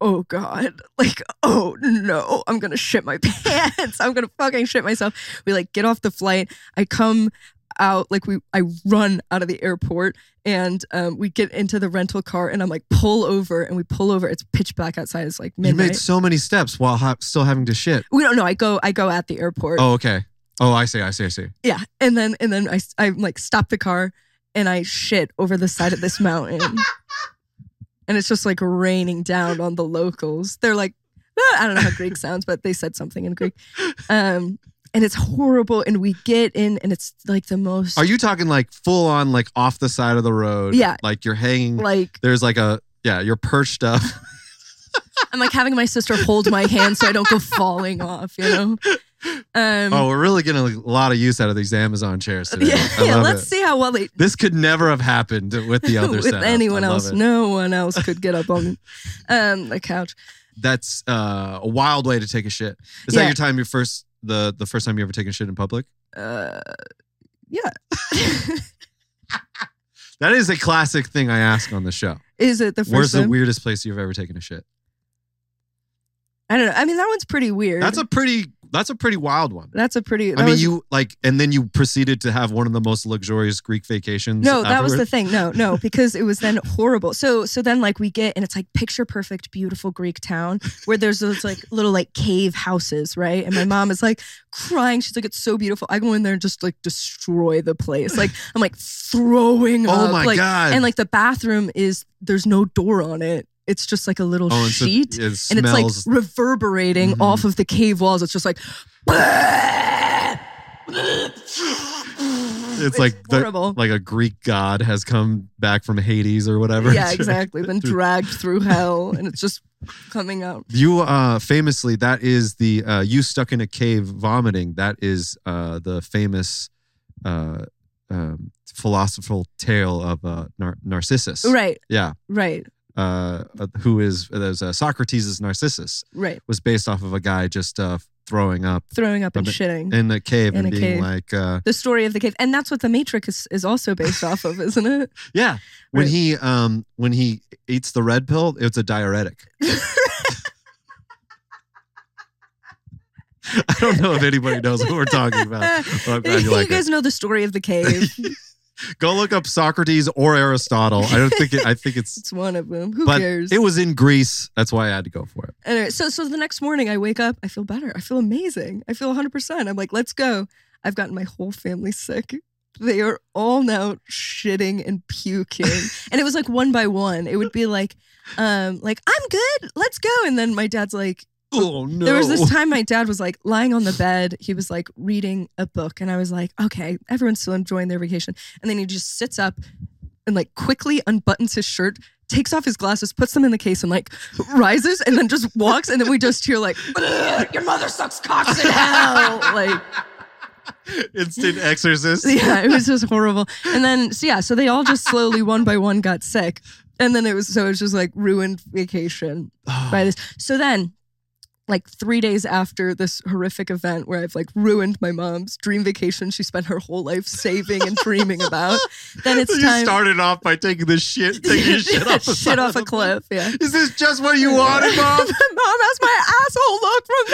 Speaker 2: oh god, like oh no, I'm gonna shit my pants. I'm gonna fucking shit myself. We like get off the flight. I come out like we I run out of the airport and um, we get into the rental car and I'm like pull over and we pull over. It's pitch black outside. It's like
Speaker 1: You
Speaker 2: midnight.
Speaker 1: made so many steps while ha- still having to shit.
Speaker 2: we don't know. I go I go at the airport.
Speaker 1: Oh, okay. Oh, I see. I see. I see.
Speaker 2: Yeah, and then and then I I like stop the car and I shit over the side of this mountain, and it's just like raining down on the locals. They're like, "Ah," I don't know how Greek sounds, but they said something in Greek, um, and it's horrible. And we get in, and it's like the most
Speaker 1: Are you talking like full on, like off the side of the road?
Speaker 2: Yeah.
Speaker 1: Like you're hanging.
Speaker 2: like
Speaker 1: There's like a yeah. You're perched up.
Speaker 2: I'm like having my sister hold my hand so I don't go falling off, you know. Um,
Speaker 1: oh, we're really getting a lot of use out of these Amazon chairs today.
Speaker 2: yeah,
Speaker 1: Oh, I
Speaker 2: yeah.
Speaker 1: love
Speaker 2: Let's
Speaker 1: it.
Speaker 2: see how well they
Speaker 1: This could never have happened with the other
Speaker 2: with
Speaker 1: setup. I
Speaker 2: anyone
Speaker 1: love
Speaker 2: else.
Speaker 1: it.
Speaker 2: No one else could get up on um, the couch.
Speaker 1: That's uh, a wild way to take a shit. Is that
Speaker 2: Yeah.
Speaker 1: your time? Your first the the first time you ever taken a shit in public?
Speaker 2: uh, yeah.
Speaker 1: That is a classic thing I ask on the show.
Speaker 2: Is it the first
Speaker 1: Where's the
Speaker 2: time?
Speaker 1: weirdest place you've ever taken a shit?
Speaker 2: I don't know. I mean, that one's pretty weird.
Speaker 1: That's a pretty that's a pretty wild one.
Speaker 2: that's a pretty. that
Speaker 1: I mean,
Speaker 2: was-
Speaker 1: you like, and then you proceeded to have one of the most luxurious Greek vacations.
Speaker 2: No, that was the
Speaker 1: afterwards.
Speaker 2: thing. No, no, because it was then horrible. So, so then like we get and it's like picture perfect, beautiful Greek town where there's those like little like cave houses, right? And my mom is like crying. She's like, "It's so beautiful." I go in there and just like destroy the place. Like I'm like throwing up.
Speaker 1: Oh my
Speaker 2: like,
Speaker 1: god!
Speaker 2: And like the bathroom is there's no door on it. It's just like a little
Speaker 1: oh, and so
Speaker 2: sheet.
Speaker 1: it
Speaker 2: and it's like
Speaker 1: smells.
Speaker 2: reverberating
Speaker 1: Mhm.
Speaker 2: off of the cave walls. It's just like
Speaker 1: It's,
Speaker 2: it's
Speaker 1: like the,
Speaker 2: horrible.
Speaker 1: like a Greek god has come back from Hades or whatever.
Speaker 2: yeah, exactly. Been
Speaker 1: Through-
Speaker 2: dragged through hell, and it's just coming out.
Speaker 1: You uh famously that is the uh you stuck in a cave vomiting that is uh the famous uh um philosophical tale of uh Nar- Narcissus.
Speaker 2: Right,
Speaker 1: Yeah.
Speaker 2: right,
Speaker 1: Uh who is there's uh, Socrates' Narcissus
Speaker 2: right.
Speaker 1: was based off of a guy just uh throwing up
Speaker 2: Throwing up and
Speaker 1: Um,
Speaker 2: shitting.
Speaker 1: in the cave
Speaker 2: In
Speaker 1: and
Speaker 2: a
Speaker 1: being
Speaker 2: cave.
Speaker 1: like uh
Speaker 2: the story of the cave, and that's what the Matrix is, is also based off of, isn't it?
Speaker 1: yeah when
Speaker 2: Right.
Speaker 1: he um when he eats the red pill it's a diuretic i don't know if anybody knows what we're talking about but i'm glad you
Speaker 2: you
Speaker 1: like
Speaker 2: guys know the story of the cave.
Speaker 1: it go look up socrates or aristotle i don't think it i think it's
Speaker 2: it's one of them. Who
Speaker 1: but
Speaker 2: cares?
Speaker 1: it was in greece that's why i had to go for it
Speaker 2: Anyway, so so the next morning I wake up, I feel better. I feel amazing. I feel 100%. I'm like, let's go. I've gotten my whole family sick. They are all now shitting and puking. and it was like one by one. It would be like um like I'm good. Let's go. And then my dad's like
Speaker 1: oh no
Speaker 2: there was this time my dad was like lying on the bed. He was like reading a book, and I was like, okay, everyone's still enjoying their vacation. And then he just sits up and like quickly unbuttons his shirt, takes off his glasses, puts them in the case, and like rises and then just walks. And then we just hear like, "Ugh, your mother sucks cocks in hell. Like,
Speaker 1: instant exorcist
Speaker 2: yeah, it was just horrible. And then, so yeah, so they all just slowly one by one got sick. And then it was, so it was just like ruined vacation
Speaker 1: Oh,
Speaker 2: by this. So then, like three days after this horrific event where I've like ruined my mom's dream vacation she spent her whole life saving and dreaming about, then it's
Speaker 1: you
Speaker 2: time
Speaker 1: started off by taking this shit taking your shit off the
Speaker 2: shit
Speaker 1: side
Speaker 2: off
Speaker 1: of
Speaker 2: a
Speaker 1: the-
Speaker 2: cliff. Yeah.
Speaker 1: is this just what you wanted mom
Speaker 2: Mom, how's my asshole look from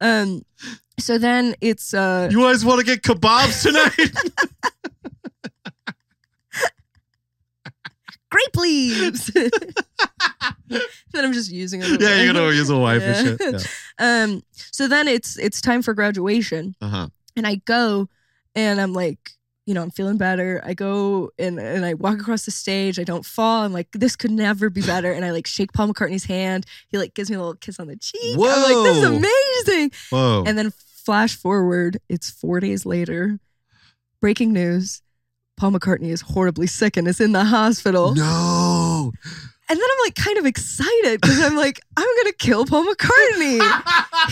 Speaker 2: there? um, so then it's uh,
Speaker 1: You guys want to get kebabs tonight?
Speaker 2: grape leaves. then I'm just using it.
Speaker 1: yeah, you're gonna use a wife
Speaker 2: Yeah.
Speaker 1: and shit. Yeah.
Speaker 2: Um, so then it's it's time for graduation.
Speaker 1: Uh-huh.
Speaker 2: and I go and I'm like, you know, I'm feeling better. I go and and I walk across the stage. I don't fall. I'm like, this could never be better. And I like shake Paul McCartney's hand. He like gives me a little kiss on the cheek. I'm like, this is
Speaker 1: Whoa. Oh.
Speaker 2: amazing.
Speaker 1: Whoa.
Speaker 2: And then flash forward, it's four days later. Breaking news: Paul McCartney is horribly sick and is in the hospital.
Speaker 1: no.
Speaker 5: Woo!
Speaker 2: And then I'm like kind of excited because I'm like, I'm gonna kill Paul McCartney.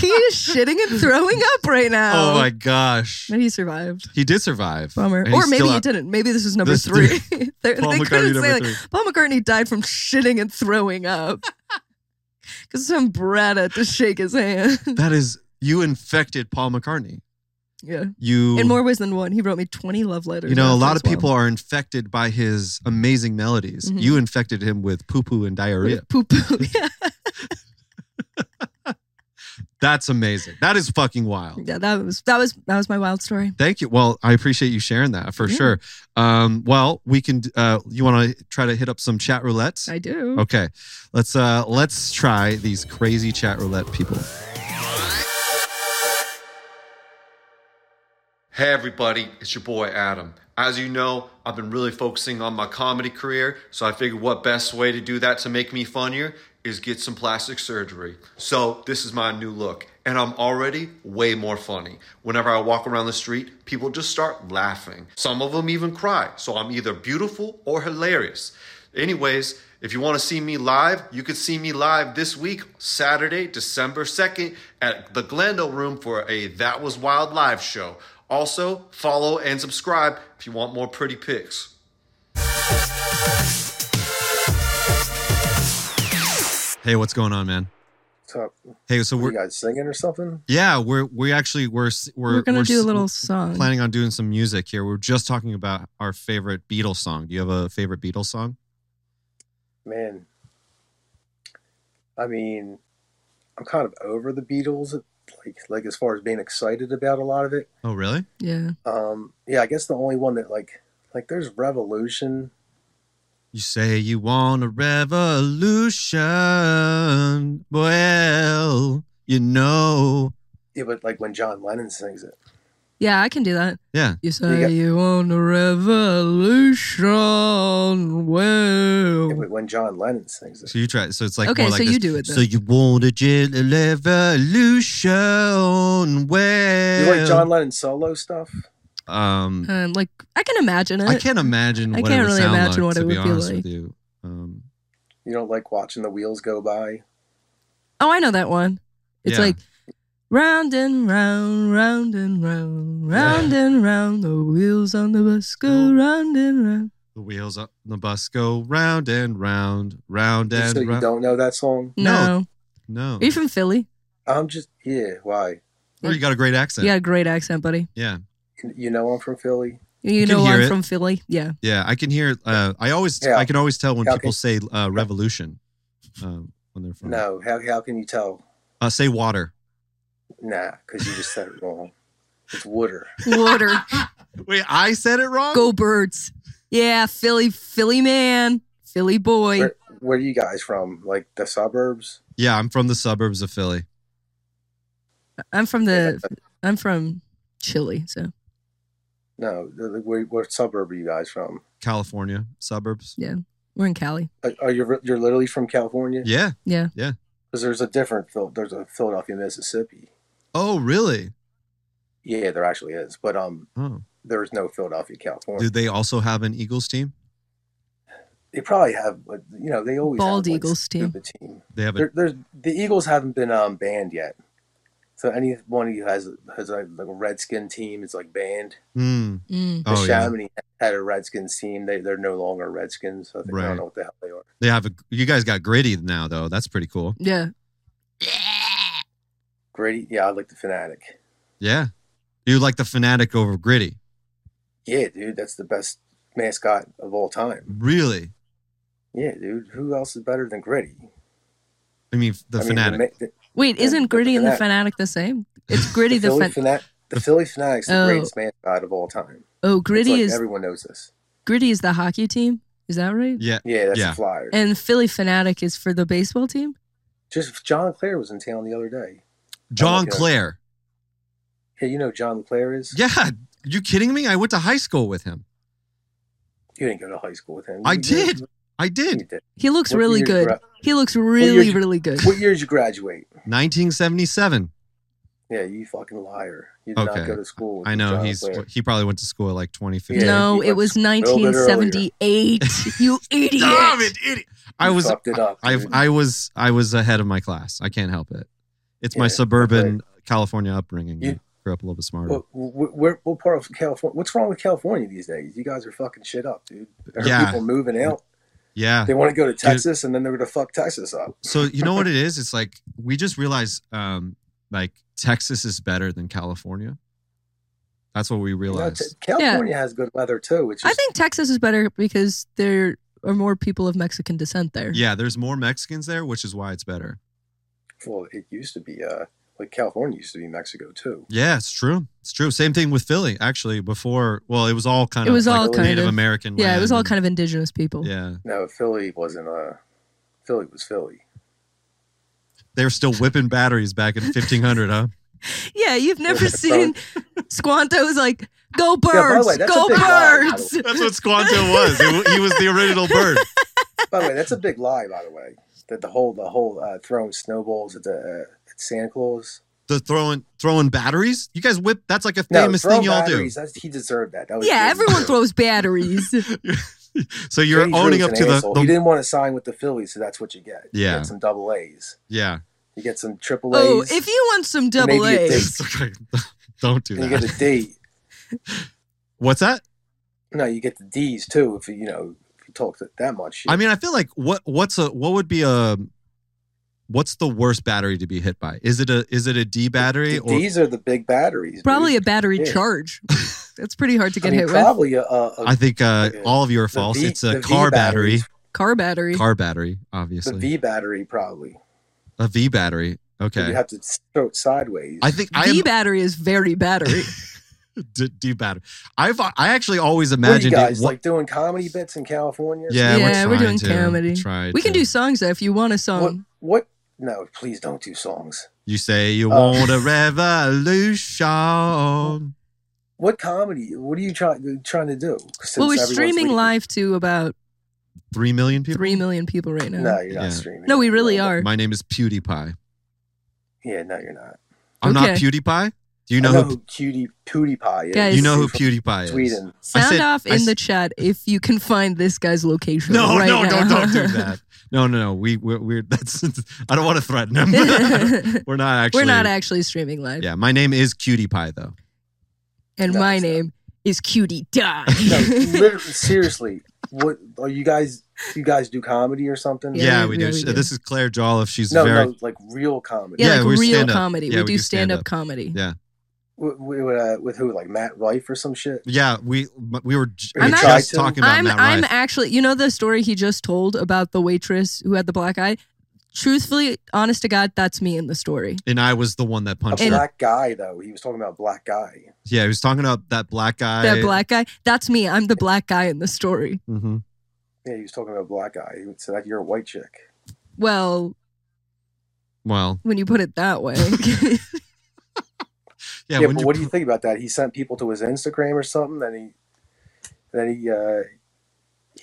Speaker 2: he is shitting and throwing up right now.
Speaker 5: Oh my gosh.
Speaker 2: But he survived.
Speaker 5: He did survive.
Speaker 2: Bummer.
Speaker 5: And he's
Speaker 2: Or maybe
Speaker 5: still
Speaker 2: he
Speaker 5: out.
Speaker 2: didn't. Maybe this was number
Speaker 5: This-
Speaker 2: three. they
Speaker 5: Paul
Speaker 2: they
Speaker 5: McCartney
Speaker 2: couldn't
Speaker 5: number
Speaker 2: say like
Speaker 5: three.
Speaker 2: Paul McCartney died from shitting and throwing up. Because some brat had to shake his hand.
Speaker 5: That is, you infected Paul McCartney.
Speaker 2: yeah.
Speaker 5: You
Speaker 2: In more ways than one. He wrote me 20 love letters.
Speaker 5: You know, a
Speaker 2: after
Speaker 5: lot of
Speaker 2: this
Speaker 5: people are infected by his amazing melodies.
Speaker 2: Mhm.
Speaker 5: You infected him with poo poo and
Speaker 2: one.
Speaker 5: diarrhea.
Speaker 2: Poo poo. yeah.
Speaker 5: That's amazing. That is fucking wild.
Speaker 2: yeah, that was that was that was my wild story.
Speaker 5: Thank you. Well, I appreciate you sharing that for
Speaker 2: Yeah.
Speaker 5: sure. Um, well, we can. Uh, you want to try to hit up some chat roulettes?
Speaker 2: I do.
Speaker 5: Okay, let's uh, let's try these crazy chat roulette people.
Speaker 1: Hey everybody, it's your boy Adam. As you know, I've been really focusing on my comedy career, so I figured what best way to do that to make me funnier is get some plastic surgery. So, this is my new look, and I'm already way more funny. Whenever I walk around the street, people just start laughing. Some of them even cry, so I'm either beautiful or hilarious. Anyways, if you want to see me live, you can see me live this week, Saturday, December 2nd, at the Glendale Room for a That Was Wild live show. Also, follow and subscribe if you want more pretty pics.
Speaker 5: Hey, what's going on, man?
Speaker 6: Top.
Speaker 5: Hey, so
Speaker 6: You
Speaker 5: we're
Speaker 6: guys singing or something?
Speaker 5: yeah, we're we actually we're s-
Speaker 2: We're,
Speaker 5: we're
Speaker 2: gonna
Speaker 5: we're
Speaker 2: do a
Speaker 5: s-
Speaker 2: little song.
Speaker 5: planning on doing some music here. We We're just talking about our favorite Beatles song. Do you have a favorite Beatles song?
Speaker 6: Man, I mean, I'm kind of over the Beatles, like like as far as being excited about a lot of it.
Speaker 5: Oh, really?
Speaker 2: yeah.
Speaker 6: Um, yeah, I guess the only one that like like there's Revolution.
Speaker 5: You say you want a revolution. Well, you know.
Speaker 6: Yeah, but like when John Lennon sings it,
Speaker 2: Yeah, I can do that.
Speaker 5: Yeah.
Speaker 2: You say
Speaker 6: got-
Speaker 2: you want a revolution.
Speaker 6: Yeah,
Speaker 2: Well,
Speaker 6: but when John Lennon sings it,
Speaker 5: So you try. So it's like
Speaker 2: Okay,
Speaker 5: more like
Speaker 2: so you
Speaker 5: this.
Speaker 2: do it then.
Speaker 5: So you want a gentle revolution. Well,
Speaker 6: you like John Lennon solo stuff?
Speaker 5: um,
Speaker 2: um, like I can imagine it.
Speaker 5: I can't imagine.
Speaker 2: I
Speaker 5: What
Speaker 2: can't
Speaker 5: it would
Speaker 2: really
Speaker 5: sound
Speaker 2: imagine
Speaker 5: like,
Speaker 2: what
Speaker 5: to
Speaker 2: it
Speaker 5: be
Speaker 2: would be
Speaker 5: honest
Speaker 2: like.
Speaker 5: With you. Um,
Speaker 6: You don't like watching the wheels go by?
Speaker 2: Oh, I know that one. It's
Speaker 5: Yeah.
Speaker 2: like round and round, round and round, round and round. The wheels on the bus go
Speaker 5: Cool.
Speaker 2: round and round.
Speaker 5: the wheels on the bus go round and round, round and
Speaker 6: so you
Speaker 5: round.
Speaker 6: don't know that song?
Speaker 5: No.
Speaker 2: No.
Speaker 5: No,
Speaker 2: Are you from Philly?
Speaker 6: I'm just yeah. Why?
Speaker 5: oh, you got a great accent.
Speaker 2: You got a great accent, buddy.
Speaker 5: yeah.
Speaker 6: You know I'm from Philly.
Speaker 2: You,
Speaker 5: You can
Speaker 2: know
Speaker 5: hear
Speaker 2: I'm
Speaker 5: it.
Speaker 2: from Philly. Yeah.
Speaker 5: Yeah, I can hear. Uh, I always,
Speaker 6: Yeah.
Speaker 5: I can always tell when
Speaker 6: Yeah,
Speaker 5: people say
Speaker 6: okay.
Speaker 5: uh, "revolution" um, when they're from.
Speaker 6: No, how how can you tell?
Speaker 5: Uh, say "water."
Speaker 6: Nah, because you just said it wrong. It's water.
Speaker 2: Water.
Speaker 5: Wait, I said it wrong.
Speaker 2: go birds. Yeah, Philly, Philly man, Philly boy.
Speaker 6: Where, where are you guys from? Like the suburbs?
Speaker 5: Yeah, I'm from the suburbs of Philly.
Speaker 2: I'm from the I'm from Chile, so
Speaker 6: No, the- the- where, what suburb are you guys from?
Speaker 5: California suburbs.
Speaker 2: we're in Cali.
Speaker 6: Are- Are you re- you're literally from California?
Speaker 5: Yeah.
Speaker 2: Yeah.
Speaker 6: Because there's a different Phil- there's a Philadelphia, Mississippi.
Speaker 5: Oh, really?
Speaker 6: Yeah, there actually is, but um,
Speaker 5: Oh,
Speaker 6: there's no Philadelphia, California.
Speaker 5: do they also have an Eagles team?
Speaker 6: They probably have, like, you know, they always
Speaker 2: Bald
Speaker 6: have, like,
Speaker 2: Eagles team.
Speaker 6: stupid team.
Speaker 5: They have a
Speaker 6: There, there's the Eagles haven't been um banned yet. So anyone who has has a, like a Redskin team is like banned.
Speaker 5: Hmm.
Speaker 2: Mm.
Speaker 6: The
Speaker 5: Oh yeah,
Speaker 6: Chamonix had a Redskins team. They they're no longer Redskins. So I, think, I
Speaker 5: Right.
Speaker 6: don't know what the hell they are.
Speaker 5: they have a. You guys got gritty now though. That's pretty cool.
Speaker 2: Yeah.
Speaker 6: Grady, yeah, I like the fanatic.
Speaker 5: Yeah, you like the fanatic over gritty?
Speaker 6: Yeah, dude, that's the best mascot of all time.
Speaker 5: Really?
Speaker 6: Yeah, dude, who else is better than Gritty?
Speaker 5: I mean, the
Speaker 6: I mean,
Speaker 5: fanatic.
Speaker 6: ma- the,
Speaker 2: Wait,
Speaker 6: Yeah,
Speaker 2: isn't
Speaker 6: the
Speaker 2: Gritty and the
Speaker 6: Fanatic.
Speaker 2: Fanatic the same? It's Gritty the
Speaker 6: the Philly
Speaker 2: fan-
Speaker 6: Fanatic. The Philly Fanatic's the
Speaker 2: Oh.
Speaker 6: greatest mascot of all time.
Speaker 2: Oh, Gritty
Speaker 6: It's like
Speaker 2: is
Speaker 6: everyone knows this.
Speaker 2: Gritty is the hockey team. Is that right?
Speaker 5: yeah.
Speaker 6: Yeah, that's
Speaker 5: Yeah.
Speaker 6: the Flyers.
Speaker 2: And Philly Fanatic is for the baseball team?
Speaker 6: Just John Clare was in town the other day.
Speaker 5: John
Speaker 6: okay.
Speaker 5: Clare.
Speaker 6: Hey, you know who John Clare is?
Speaker 5: Yeah. You kidding me? I went to high school with him.
Speaker 6: You didn't go to high school with him.
Speaker 5: I
Speaker 6: You-
Speaker 5: did. I
Speaker 6: You
Speaker 5: did.
Speaker 6: did.
Speaker 2: He looks
Speaker 6: What
Speaker 2: really
Speaker 6: year did you
Speaker 2: good.
Speaker 6: gra-
Speaker 2: He looks really
Speaker 6: did you-
Speaker 2: really good.
Speaker 6: What year did you graduate?
Speaker 5: 1977.
Speaker 6: Yeah, you fucking liar. You did
Speaker 5: Okay.
Speaker 6: not go to school. With
Speaker 5: I know
Speaker 6: John
Speaker 5: he's
Speaker 6: Blair.
Speaker 5: he probably went to school at like 2015.
Speaker 6: Yeah,
Speaker 2: no,
Speaker 6: he
Speaker 2: it was
Speaker 6: went a little bit earlier.
Speaker 2: 1978. you idiot.
Speaker 5: Damn it, idiot. I
Speaker 6: You
Speaker 5: was
Speaker 6: fucked it up.
Speaker 5: I
Speaker 6: dude.
Speaker 5: I was I was ahead of my class. I can't help it. It's my
Speaker 6: Yeah,
Speaker 5: suburban California upbringing.
Speaker 6: You-
Speaker 5: I grew up a little bit smarter.
Speaker 6: What, what, where- what part of California? What's wrong with California these days? You guys are fucking shit up, dude. There are
Speaker 5: Yeah.
Speaker 6: people moving out.
Speaker 5: yeah.
Speaker 6: They want to go to Texas, and then they're going to fuck Texas up.
Speaker 5: So you know what it is? It's like we just realized um like Texas is better than California. That's what we
Speaker 6: You know,
Speaker 5: realized.
Speaker 6: Te- California has good weather too. It's
Speaker 2: I
Speaker 6: just
Speaker 2: think Texas is better because there are more people of Mexican descent there.
Speaker 5: Yeah, there's more Mexicans there, which is why it's better.
Speaker 6: well, it used to be uh, like California used to be Mexico too.
Speaker 5: Yeah, it's true. It's true. Same thing with Philly, actually. Before, well, it was all kind
Speaker 2: It
Speaker 5: of
Speaker 2: was
Speaker 5: like
Speaker 2: all
Speaker 5: Native
Speaker 2: kind of-
Speaker 5: American.
Speaker 2: Yeah, it was all
Speaker 5: land
Speaker 2: kind of indigenous people.
Speaker 5: and- Yeah,
Speaker 6: No, Philly wasn't uh Philly was Philly.
Speaker 5: they were still whipping batteries back in 1500, huh?
Speaker 2: Yeah, you've never
Speaker 6: Yeah,
Speaker 2: seen Squanto's like, go
Speaker 6: by the
Speaker 2: birds,
Speaker 6: way, that's
Speaker 2: go
Speaker 6: a big lie, by
Speaker 2: birds.
Speaker 6: the
Speaker 5: That's what Squanto was. It- he was the original bird.
Speaker 6: By the way, that's a big lie. By the way, that the whole the whole uh, throwing snowballs at the uh, at Santa Claus.
Speaker 5: The throwing throwing batteries. You guys whip. That's like a
Speaker 6: No,
Speaker 5: famous
Speaker 6: throw
Speaker 5: thing y'all
Speaker 6: batteries. That's, he deserved that. that was
Speaker 2: yeah,
Speaker 6: his
Speaker 2: everyone
Speaker 6: deserve.
Speaker 2: throws batteries.
Speaker 5: do. So you're
Speaker 6: James
Speaker 5: owning
Speaker 6: Root's
Speaker 5: up
Speaker 6: an
Speaker 5: to the,
Speaker 6: asshole.
Speaker 5: the-
Speaker 6: He didn't want to sign with the Phillies, so that's what you get.
Speaker 5: Yeah.
Speaker 6: you get some double A's.
Speaker 5: yeah.
Speaker 6: You get some triple A's.
Speaker 2: oh, if you want some double
Speaker 6: Maybe it
Speaker 2: A's.
Speaker 5: Okay. Don't do
Speaker 6: and you get
Speaker 5: that.
Speaker 6: a D.
Speaker 5: What's that?
Speaker 6: No, you get the D's too. If you you know if you talk that- that much. Shit.
Speaker 5: I mean, I feel like what what's a what would be a what's the worst battery to be hit by? Is it a is it a D battery
Speaker 6: The
Speaker 5: or
Speaker 6: D's are the big batteries.
Speaker 2: Probably a
Speaker 6: dude.
Speaker 2: battery
Speaker 6: Yeah.
Speaker 2: charge. That's pretty hard to
Speaker 6: I
Speaker 2: get
Speaker 6: mean,
Speaker 2: hit with.
Speaker 6: probably a, a, a
Speaker 5: I think uh,
Speaker 6: Okay.
Speaker 5: all of you are
Speaker 6: the
Speaker 5: false.
Speaker 6: V-
Speaker 5: it's a
Speaker 6: the V
Speaker 5: car battery.
Speaker 6: batteries.
Speaker 2: Car battery.
Speaker 5: Car battery,
Speaker 6: the
Speaker 5: obviously.
Speaker 6: V battery probably.
Speaker 5: a V battery.
Speaker 6: So
Speaker 5: Okay.
Speaker 6: You have to throw it sideways.
Speaker 5: I think I
Speaker 2: D
Speaker 5: am
Speaker 2: battery is very battery.
Speaker 5: D, D battery. I've I actually always
Speaker 6: What are
Speaker 5: imagined
Speaker 6: you guys
Speaker 5: it. wa-
Speaker 6: like doing comedy bits in California.
Speaker 5: yeah,
Speaker 2: Yeah,
Speaker 5: we're,
Speaker 2: we're
Speaker 5: trying
Speaker 2: doing
Speaker 5: to.
Speaker 2: comedy.
Speaker 5: Try
Speaker 2: we can
Speaker 5: to.
Speaker 2: do songs though if you want a song.
Speaker 6: What? What? No, please don't do songs.
Speaker 5: You say you
Speaker 6: Uh,
Speaker 5: want a revolution.
Speaker 6: What comedy? What are you trying trying to do? Since
Speaker 2: well, we're
Speaker 6: everyone's
Speaker 2: streaming
Speaker 6: leaving.
Speaker 2: live to about
Speaker 5: Three million people.
Speaker 2: three million people right now.
Speaker 6: No, you're not
Speaker 5: Yeah.
Speaker 6: streaming.
Speaker 2: No, we really are.
Speaker 5: My name is PewDiePie.
Speaker 6: Yeah, no, you're not.
Speaker 5: I'm not
Speaker 2: Okay.
Speaker 5: PewDiePie. Do you know,
Speaker 6: I know
Speaker 5: who?
Speaker 6: who Cutie PewDiePie is.
Speaker 2: Guys.
Speaker 5: You know who
Speaker 6: He's from
Speaker 5: PewDiePie is?
Speaker 6: Sweden.
Speaker 5: I
Speaker 2: Sound
Speaker 5: said-
Speaker 2: off
Speaker 5: I
Speaker 2: in
Speaker 5: s-
Speaker 2: the chat if you can find this guy's location.
Speaker 5: No,
Speaker 2: right
Speaker 5: no,
Speaker 2: now.
Speaker 5: don't, don't do that. No, no, no. We, we're, we're that's. I don't want to threaten him. we're not actually.
Speaker 2: We're not actually streaming live.
Speaker 5: Yeah, my name is Cutie Pie though.
Speaker 2: And
Speaker 6: No,
Speaker 2: my
Speaker 6: it's not.
Speaker 2: name is Cutie Dog.
Speaker 6: No, literally, seriously, what are you guys? You guys do comedy or something?
Speaker 2: Yeah,
Speaker 5: Yeah,
Speaker 2: we-
Speaker 5: we, do.
Speaker 2: yeah, we
Speaker 5: Sh-
Speaker 2: do.
Speaker 5: This is Claire Jolliffe. She's
Speaker 6: No,
Speaker 5: very.
Speaker 6: no, like real comedy.
Speaker 2: yeah,
Speaker 5: Yeah,
Speaker 2: like
Speaker 5: we're
Speaker 2: real
Speaker 5: stand-up.
Speaker 2: comedy.
Speaker 5: Yeah,
Speaker 2: we,
Speaker 5: we
Speaker 2: do
Speaker 5: do
Speaker 2: stand up
Speaker 5: stand-up.
Speaker 2: comedy.
Speaker 5: Yeah.
Speaker 6: With, with, uh, with who? Like Matt Rife or some shit.
Speaker 5: Yeah, we we were j-
Speaker 6: I'm
Speaker 5: just
Speaker 6: actually-
Speaker 5: talking about
Speaker 2: I'm
Speaker 5: Matt
Speaker 2: I'm
Speaker 5: Rife.
Speaker 2: actually you know the story he just told about the waitress who had the black eye? Truthfully, honest to God, that's me in the story.
Speaker 5: and I was the one that
Speaker 6: A
Speaker 5: punched her.
Speaker 6: black guy though. He was talking about black guy.
Speaker 5: Yeah, he was talking about that black guy.
Speaker 2: That black guy. That's me. I'm the black guy in the story.
Speaker 5: hmm
Speaker 6: Yeah, he was talking about black guy. He said that you're a white chick.
Speaker 2: Well,
Speaker 5: Well,
Speaker 2: when you put it that way.
Speaker 5: yeah.
Speaker 6: Yeah,
Speaker 5: when
Speaker 6: but
Speaker 5: you
Speaker 6: what do you think about that? He sent people to his Instagram or something, and he then he. Uh, he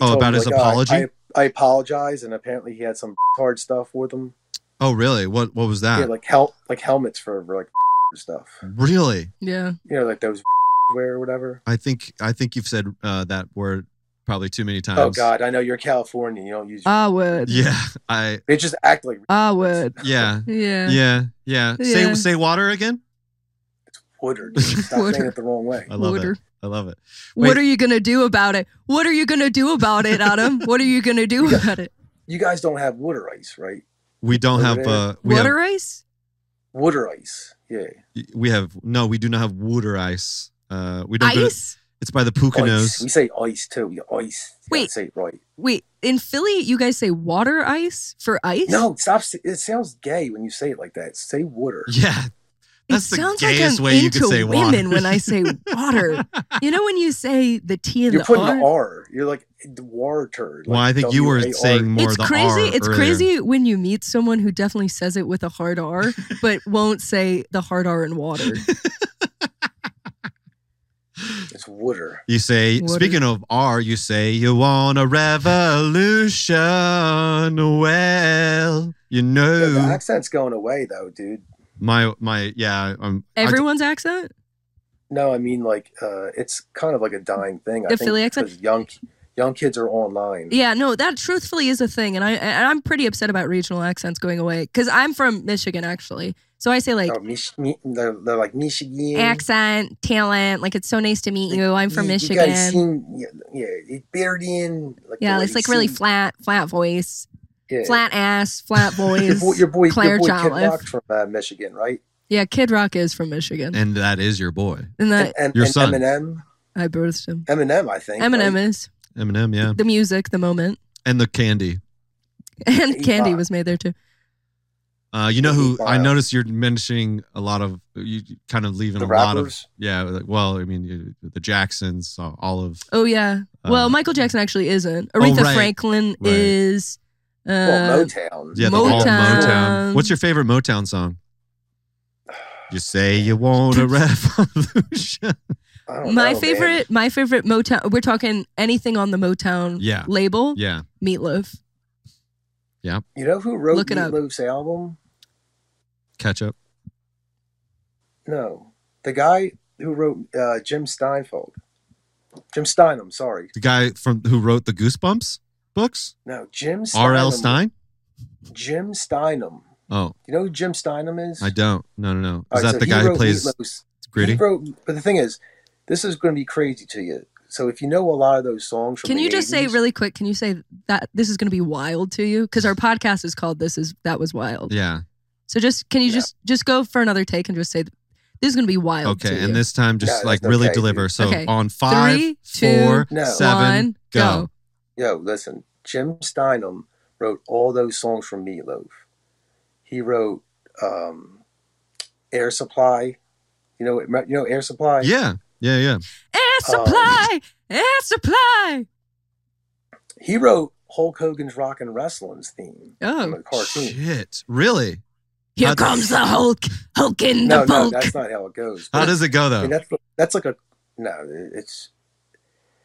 Speaker 5: Oh,
Speaker 6: told
Speaker 5: about
Speaker 6: him,
Speaker 5: his
Speaker 6: like, "Oh, I-
Speaker 5: apology?
Speaker 6: I, I apologize, and apparently he had some hard stuff with him.
Speaker 5: Oh, really? What what was
Speaker 6: Yeah,
Speaker 5: that?
Speaker 6: like hel- like helmets for like stuff.
Speaker 5: really?
Speaker 2: yeah.
Speaker 6: You know, like those wear or whatever.
Speaker 5: I think I think you've said uh, that word probably too many times.
Speaker 6: Oh God, I know you're Californian. You don't use.
Speaker 2: Ah word.
Speaker 5: Yeah, I
Speaker 6: they just act like
Speaker 2: Ah word.
Speaker 5: yeah.
Speaker 2: Yeah.
Speaker 5: Yeah, yeah.
Speaker 2: Yeah.
Speaker 5: Say say water again.
Speaker 6: Woodard. Stop saying
Speaker 2: Woodard.
Speaker 6: it the wrong way.
Speaker 5: I love
Speaker 2: Water.
Speaker 5: it. I love it.
Speaker 2: What
Speaker 5: Wait.
Speaker 2: are you gonna do about it? What are you gonna do about it, Adam? what are you gonna do about it?
Speaker 6: You guys don't have water ice, right?
Speaker 5: We don't
Speaker 6: Over
Speaker 5: have
Speaker 6: there.
Speaker 5: uh we
Speaker 2: Water ice?
Speaker 6: Water ice. Yeah.
Speaker 5: have we have no, we do not have water ice. Uh we don't go to,
Speaker 2: Ice?
Speaker 5: it's by the
Speaker 6: Ice. We
Speaker 5: Pucanos.
Speaker 6: say ice too. We ice. You gotta
Speaker 2: Wait.
Speaker 6: Say it right.
Speaker 2: Wait, in Philly you guys say water ice for ice?
Speaker 6: No, stop. s- It sounds gay when you say it like that. Say water.
Speaker 5: Yeah.
Speaker 2: It
Speaker 5: That's the
Speaker 2: sounds like
Speaker 5: gayest
Speaker 2: I'm
Speaker 5: way you
Speaker 2: into
Speaker 5: could say water.
Speaker 2: women when I say water. You know when you say the T and
Speaker 6: You're
Speaker 2: the
Speaker 6: putting
Speaker 2: R?
Speaker 6: the R. You're like the water. Like
Speaker 5: well, I think you were
Speaker 6: W A R.
Speaker 5: saying more
Speaker 2: it's
Speaker 5: the
Speaker 2: crazy.
Speaker 5: R
Speaker 2: it's
Speaker 5: earlier.
Speaker 2: crazy when you meet someone who definitely says it with a hard R, but won't say the hard R in water.
Speaker 6: It's water.
Speaker 5: You say
Speaker 2: Water.
Speaker 5: speaking of R, you say you want a revolution. Well, you
Speaker 6: Yeah, the
Speaker 5: know
Speaker 6: accent's going away though, dude.
Speaker 5: my my yeah. Um, I-
Speaker 2: Everyone's accent?
Speaker 6: No, I mean like uh, it's kind of like a dying thing. I
Speaker 2: The
Speaker 6: think
Speaker 2: Philly accent?
Speaker 6: because young young kids are online.
Speaker 2: Yeah, no, that truthfully is a thing, and I and I'm pretty upset about regional accents going away because I'm from Michigan actually, so I say like
Speaker 6: Oh, Mich- Mi- they're, they're like Michigan.
Speaker 2: accent, talent, like it's so nice to meet you. I'm from
Speaker 6: You- you
Speaker 2: Michigan.
Speaker 6: gotta sing- yeah, yeah, it buried in. Like the
Speaker 2: yeah,
Speaker 6: way
Speaker 2: it's
Speaker 6: you
Speaker 2: like really
Speaker 6: sing.
Speaker 2: flat, flat voice,
Speaker 6: Yeah.
Speaker 2: flat ass, flat
Speaker 6: Your
Speaker 2: voice.
Speaker 6: boy, your boy,
Speaker 2: Claire
Speaker 6: your boy Kid
Speaker 2: Jolliffe.
Speaker 6: Rock from uh, Michigan, right?
Speaker 2: yeah, Kid Rock is from Michigan, and,
Speaker 5: and that is your boy
Speaker 2: that
Speaker 6: and,
Speaker 5: Your
Speaker 6: and
Speaker 5: son.
Speaker 6: Eminem,
Speaker 2: I birthed him.
Speaker 6: Eminem, I think.
Speaker 2: Eminem
Speaker 6: right?
Speaker 2: is
Speaker 5: Eminem. Yeah,
Speaker 2: the music, the moment,
Speaker 5: and the candy.
Speaker 2: and Candy
Speaker 6: Rock.
Speaker 2: was made there too.
Speaker 5: Uh, you know who? I
Speaker 6: Wow.
Speaker 5: noticed you're mentioning a lot of you you kind of leaving
Speaker 6: The
Speaker 5: a lot of
Speaker 6: rappers?
Speaker 5: yeah. like, Well, I mean you, the Jacksons, uh, all of
Speaker 2: Oh yeah,
Speaker 5: Uh, Oh,
Speaker 2: well Michael Jackson actually isn't. Aretha
Speaker 5: right.
Speaker 2: Franklin
Speaker 5: Right.
Speaker 2: is. Uh,
Speaker 6: well, Motown.
Speaker 5: yeah, the whole
Speaker 2: Motown.
Speaker 5: Motown. What's your favorite Motown song? You say you want a revolution.
Speaker 6: I don't know,
Speaker 2: My
Speaker 6: man.
Speaker 2: favorite, my favorite Motown. We're talking anything on the Motown
Speaker 5: Yeah.
Speaker 2: label.
Speaker 5: yeah,
Speaker 2: Meatloaf.
Speaker 6: You know who wrote
Speaker 2: Look it up.
Speaker 6: Meatloaf's album?
Speaker 5: catch up.
Speaker 6: No, the guy who wrote uh, Jim Steinfeld. Jim Stein. I'm sorry.
Speaker 5: The guy from who wrote the Goosebumps books,
Speaker 6: No, Jim.
Speaker 5: R.L.
Speaker 6: Steinem-
Speaker 5: Stein.
Speaker 6: Jim Steinem.
Speaker 5: Oh,
Speaker 6: You know who Jim Steinem is?
Speaker 5: I don't. No, no, no.
Speaker 6: All
Speaker 5: Is
Speaker 6: right,
Speaker 5: that
Speaker 6: so
Speaker 5: the
Speaker 6: he
Speaker 5: guy who
Speaker 6: wrote
Speaker 5: plays
Speaker 6: Meatloaf's-
Speaker 5: Gritty?
Speaker 6: He wrote, but the thing is, this is going to be crazy to you. So if you know a lot of those songs, from
Speaker 2: Can
Speaker 6: the
Speaker 2: you just say
Speaker 6: 80s,
Speaker 2: really quick? Can you say that this is going to be wild to you? Because our podcast is called "This Is That Was Wild."
Speaker 5: Yeah.
Speaker 2: So just can you
Speaker 6: Yeah.
Speaker 2: just just go for another take and just say this is going to be wild.
Speaker 5: Okay.
Speaker 2: to
Speaker 5: And
Speaker 2: you.
Speaker 5: this time, just
Speaker 6: Yeah,
Speaker 5: like
Speaker 6: that's
Speaker 5: really
Speaker 6: okay,
Speaker 5: deliver.
Speaker 6: dude.
Speaker 5: So
Speaker 2: Okay.
Speaker 5: on five,
Speaker 2: Three,
Speaker 5: four,
Speaker 6: two, No.
Speaker 5: seven,
Speaker 2: one,
Speaker 5: go.
Speaker 6: Yo, listen, Jim Steinem wrote all those songs from Meatloaf. He wrote um, Air Supply. You know, you know Air Supply.
Speaker 5: Yeah. Yeah. Yeah.
Speaker 2: Air
Speaker 6: Um,
Speaker 2: supply, air supply.
Speaker 6: He wrote Hulk Hogan's Rock and Wrestling's theme from
Speaker 2: Oh,
Speaker 6: a cartoon.
Speaker 5: Shit. Really?
Speaker 2: here
Speaker 5: How-
Speaker 2: comes the Hulk, Hulk in
Speaker 6: No,
Speaker 2: the
Speaker 6: no,
Speaker 2: Hulk.
Speaker 6: that's not how it goes.
Speaker 5: How does it go
Speaker 6: I mean,
Speaker 5: though?
Speaker 6: that's that's like a no. It's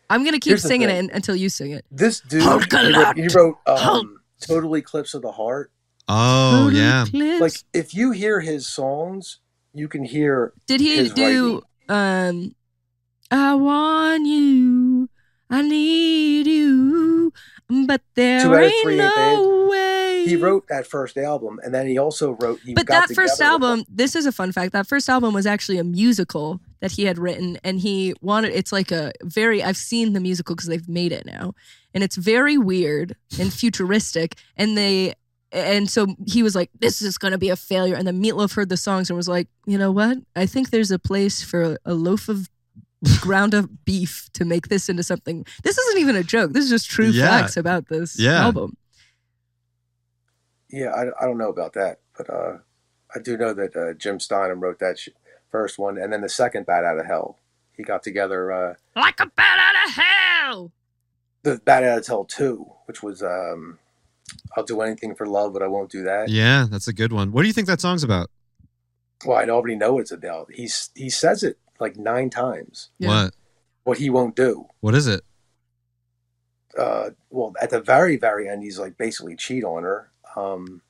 Speaker 2: I'm gonna keep
Speaker 6: Here's the
Speaker 2: singing
Speaker 6: thing.
Speaker 2: it until you sing it.
Speaker 6: this dude.
Speaker 2: Hulk a
Speaker 6: he wrote, he
Speaker 2: lot.
Speaker 6: wrote
Speaker 2: Hulk.
Speaker 6: um, Total Eclipse of the Heart.
Speaker 5: Oh yeah.
Speaker 6: like if you hear his songs you can hear
Speaker 2: Did he
Speaker 6: his
Speaker 2: do um I want you, I need you, but there
Speaker 6: Two out of
Speaker 2: ain't
Speaker 6: three ain't bad.
Speaker 2: no way.
Speaker 6: he wrote that first album and then he also wrote he
Speaker 2: but
Speaker 6: got
Speaker 2: that first
Speaker 6: together with
Speaker 2: album, this is a fun fact. That first album was actually a musical that he had written, and he wanted. It's like a very. I've seen the musical because they've made it now, and it's very weird and futuristic. And they, and so he was like, "This is gonna be a failure." And then Meatloaf heard the songs and was like, "You know what? I think there's a place for a loaf of." ground up beef to make this into something. This isn't even a joke. This is just true
Speaker 5: Yeah.
Speaker 2: facts about this
Speaker 5: Yeah.
Speaker 2: album.
Speaker 6: yeah I, I don't know about that but uh i do know that uh, jim steinem wrote that sh- first one and then the second bat out of hell he got together uh
Speaker 2: Like a bat out of hell.
Speaker 6: the bat out of hell 2 which was um i'll do anything for love but i won't do that
Speaker 5: Yeah, that's a good one. What do you think that song's about?
Speaker 6: well i already know what it's about he's he says it like nine times
Speaker 2: Yeah.
Speaker 5: What?
Speaker 6: what he won't do
Speaker 5: What is it?
Speaker 6: uh, well, at the very, very end, he's like basically cheat on her. Um,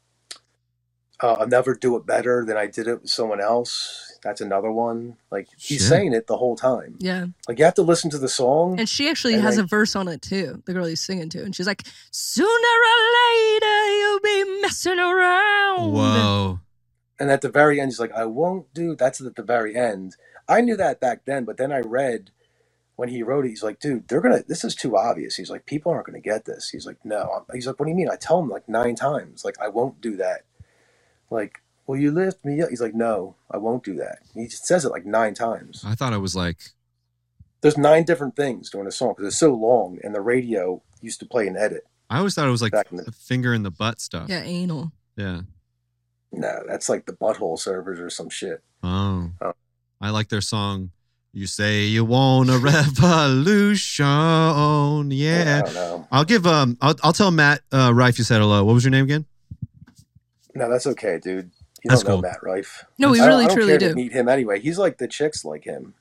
Speaker 6: uh, I'll never do it better than I did it with someone else. That's another one. Like he's
Speaker 5: Shit.
Speaker 6: saying it the whole time.
Speaker 2: Yeah.
Speaker 6: Like you have to listen to the song.
Speaker 2: And she actually
Speaker 6: And,
Speaker 2: has
Speaker 6: like-
Speaker 2: a verse on it too, the girl he's singing to. And she's like, Sooner or later you'll be messing around.
Speaker 5: Whoa.
Speaker 6: And at the very end, he's like, "I won't do." That's at the very end. I knew that back then, but then I read when he wrote it. He's like, "Dude, they're gonna. This is too obvious." He's like, "People aren't gonna get this." He's like, "No." I'm- He's like, "What do you mean?" I tell him like nine times, like, "I won't do that." Like, "Will you lift me up?" He's like, "No, I won't do that." He just says it like nine times.
Speaker 5: I thought it was like
Speaker 6: There's nine different things during a song because it's so long, and the radio used to play an edit.
Speaker 5: I always thought it was like
Speaker 6: Back in the-
Speaker 5: a finger in the butt stuff.
Speaker 2: Yeah, anal.
Speaker 5: Yeah.
Speaker 6: No, that's like the butthole servers or some shit.
Speaker 5: Oh.
Speaker 6: Oh.
Speaker 5: I like their song. You say you want a revolution.
Speaker 6: I
Speaker 5: Yeah.
Speaker 6: don't know.
Speaker 5: I'll give um I'll, I'll tell Matt uh Rife you said hello. What was your name again?
Speaker 6: No, that's okay, dude. You
Speaker 5: That's
Speaker 6: don't know
Speaker 5: cool.
Speaker 6: Matt Rife.
Speaker 2: No, we
Speaker 6: I don't-
Speaker 2: really
Speaker 6: I don't
Speaker 2: truly
Speaker 6: care
Speaker 2: do.
Speaker 6: To meet him anyway. He's like the chicks like him.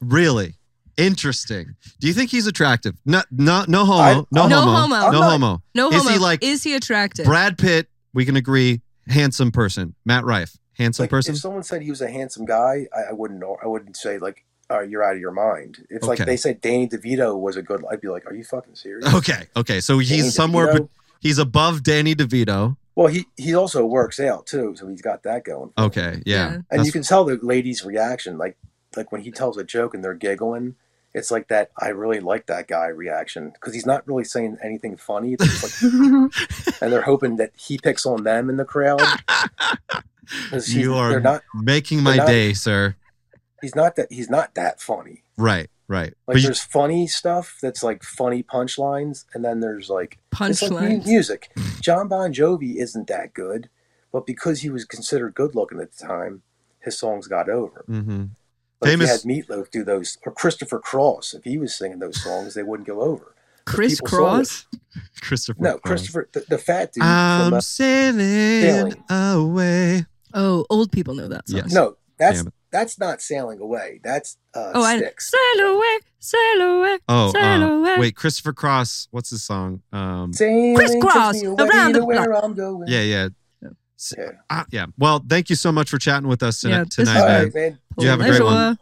Speaker 5: Really? Interesting. Do you think he's attractive? No no no homo.
Speaker 6: I-
Speaker 5: no,
Speaker 6: I'm
Speaker 2: No
Speaker 5: homo.
Speaker 2: homo.
Speaker 6: I'm
Speaker 5: No
Speaker 6: not-
Speaker 5: homo.
Speaker 2: No
Speaker 5: Is
Speaker 2: homo.
Speaker 5: he like-
Speaker 2: is he attractive?
Speaker 5: Brad Pitt, we can agree, handsome person. Matt Rife, handsome
Speaker 6: like,
Speaker 5: person.
Speaker 6: If someone said he was a handsome guy, I, I wouldn't know. I wouldn't say like, "All right, you're out of your mind." If like
Speaker 5: Okay.
Speaker 6: they said Danny DeVito was a good, I'd be like, "Are you fucking serious?"
Speaker 5: Okay, okay. So he's
Speaker 6: Danny
Speaker 5: somewhere.
Speaker 6: DeVito?
Speaker 5: bet- He's above Danny DeVito.
Speaker 6: Well, he he also works out too, so he's got that going. for him.
Speaker 5: Okay, yeah.
Speaker 2: Yeah. And
Speaker 6: and
Speaker 5: That's-
Speaker 6: you can tell the ladies' reaction, like like when he tells a joke and they're giggling. It's like that. I really like that guy reaction because he's not really saying anything funny. It's just like- and they're hoping that he picks on them in the crowd. 'Cause he's-
Speaker 5: You are-
Speaker 6: They're not.
Speaker 5: making my
Speaker 6: not-
Speaker 5: day, sir.
Speaker 6: He's not that. He's not that funny.
Speaker 5: Right, right.
Speaker 6: Like
Speaker 5: but you,
Speaker 6: there's funny stuff that's like funny punchlines, and then there's like it's like mu-
Speaker 2: Punchlines.
Speaker 6: music. John Bon Jovi isn't that good, but because he was considered good looking at the time, his songs got over.
Speaker 5: Mhm.
Speaker 6: Like
Speaker 5: Famous-
Speaker 6: if you had Meatloaf do those, or Christopher Cross, if he was singing those songs, they wouldn't go over.
Speaker 2: Chris
Speaker 6: people sold it.
Speaker 2: Cross.
Speaker 5: Christopher.
Speaker 6: No,
Speaker 5: Cross.
Speaker 6: Christopher, the, the fat dude. from, uh,
Speaker 5: I'm sailing
Speaker 6: Sailing.
Speaker 5: away.
Speaker 2: Oh, old people know that song.
Speaker 5: Yes.
Speaker 6: no, that's
Speaker 5: Damn it.
Speaker 6: that's not sailing away. That's uh,
Speaker 2: Oh, I
Speaker 6: sticks.
Speaker 2: sail away, sail away,
Speaker 5: Oh,
Speaker 2: sail
Speaker 5: uh,
Speaker 2: away.
Speaker 5: wait, Christopher Cross. What's his song? Um,
Speaker 6: Sailing takes
Speaker 2: Cross,
Speaker 6: me away
Speaker 2: around the
Speaker 6: to where I'm going.
Speaker 5: yeah, yeah.
Speaker 2: Yeah.
Speaker 5: S-
Speaker 6: Yeah.
Speaker 5: uh, yeah. Well, thank you so much for chatting with us tonight,
Speaker 2: Yeah, this is
Speaker 5: tonight
Speaker 6: All
Speaker 5: man.
Speaker 6: right, man.
Speaker 5: You have a great one.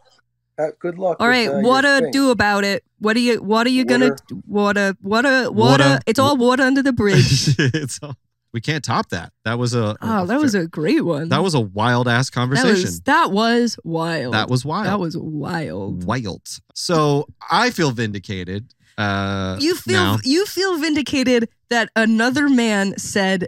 Speaker 6: Uh, good luck.
Speaker 2: All right, what to do about it? What are you? What are you gonna? Water, water, water.
Speaker 5: Water.
Speaker 2: It's all water under the bridge.
Speaker 5: it's all, we can't top that. That was a.
Speaker 2: oh, that was a great one.
Speaker 5: that was a wild ass
Speaker 2: that
Speaker 5: conversation.
Speaker 2: was that was wild.
Speaker 5: That was wild.
Speaker 2: That was wild.
Speaker 5: wild. So I feel vindicated. Uh,
Speaker 2: You feel
Speaker 5: now.
Speaker 2: you feel vindicated that another man said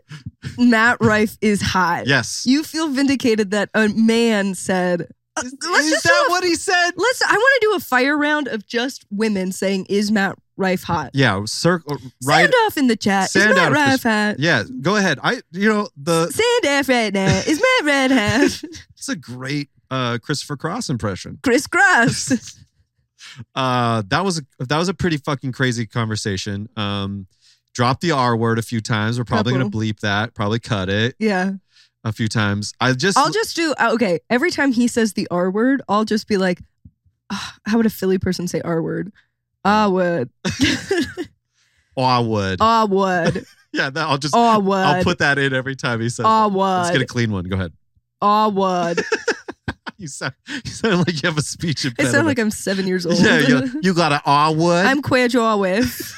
Speaker 2: Matt Rife is hot.
Speaker 5: yes.
Speaker 2: You feel vindicated that a man said. uh,
Speaker 5: is
Speaker 2: let's
Speaker 5: is
Speaker 2: just do
Speaker 5: that
Speaker 2: a-
Speaker 5: what he said?
Speaker 2: Let's. I want to do a fire round of just women saying, "Is Matt Rife hot?"
Speaker 5: Yeah, circle right.
Speaker 2: Sand off in the chat.
Speaker 5: Sand
Speaker 2: is Matt
Speaker 5: off
Speaker 2: Rife
Speaker 5: this-
Speaker 2: hot?
Speaker 5: Yeah, go ahead. I you know the
Speaker 2: Sand off right now. Is Matt Red hot?
Speaker 5: it's a great uh Christopher Cross impression.
Speaker 2: Crisscross.
Speaker 5: Uh that was a that was a pretty fucking crazy conversation. Um dropped the R word a few times. We're probably going to
Speaker 2: Couple.
Speaker 5: bleep that, probably cut it
Speaker 2: Yeah.
Speaker 5: a few times. I just
Speaker 2: I'll just do. uh, Okay. Every time he says the R word, I'll just be like, "Ah, how would a Philly person say R word? Ah would.
Speaker 5: oh, I would.
Speaker 2: Ah would.
Speaker 5: yeah, that, I'll just
Speaker 2: Ah
Speaker 5: I'll
Speaker 2: would.
Speaker 5: put that in every time he says.
Speaker 2: Ah
Speaker 5: that. Let's get a
Speaker 2: would.
Speaker 5: clean one. Go ahead.
Speaker 2: Ah would.
Speaker 5: You sound you sound like you have a speech
Speaker 2: It
Speaker 5: impediment.
Speaker 2: sounds like I'm seven years old.
Speaker 5: yeah, you, you got an ah would.
Speaker 2: I'm queer with.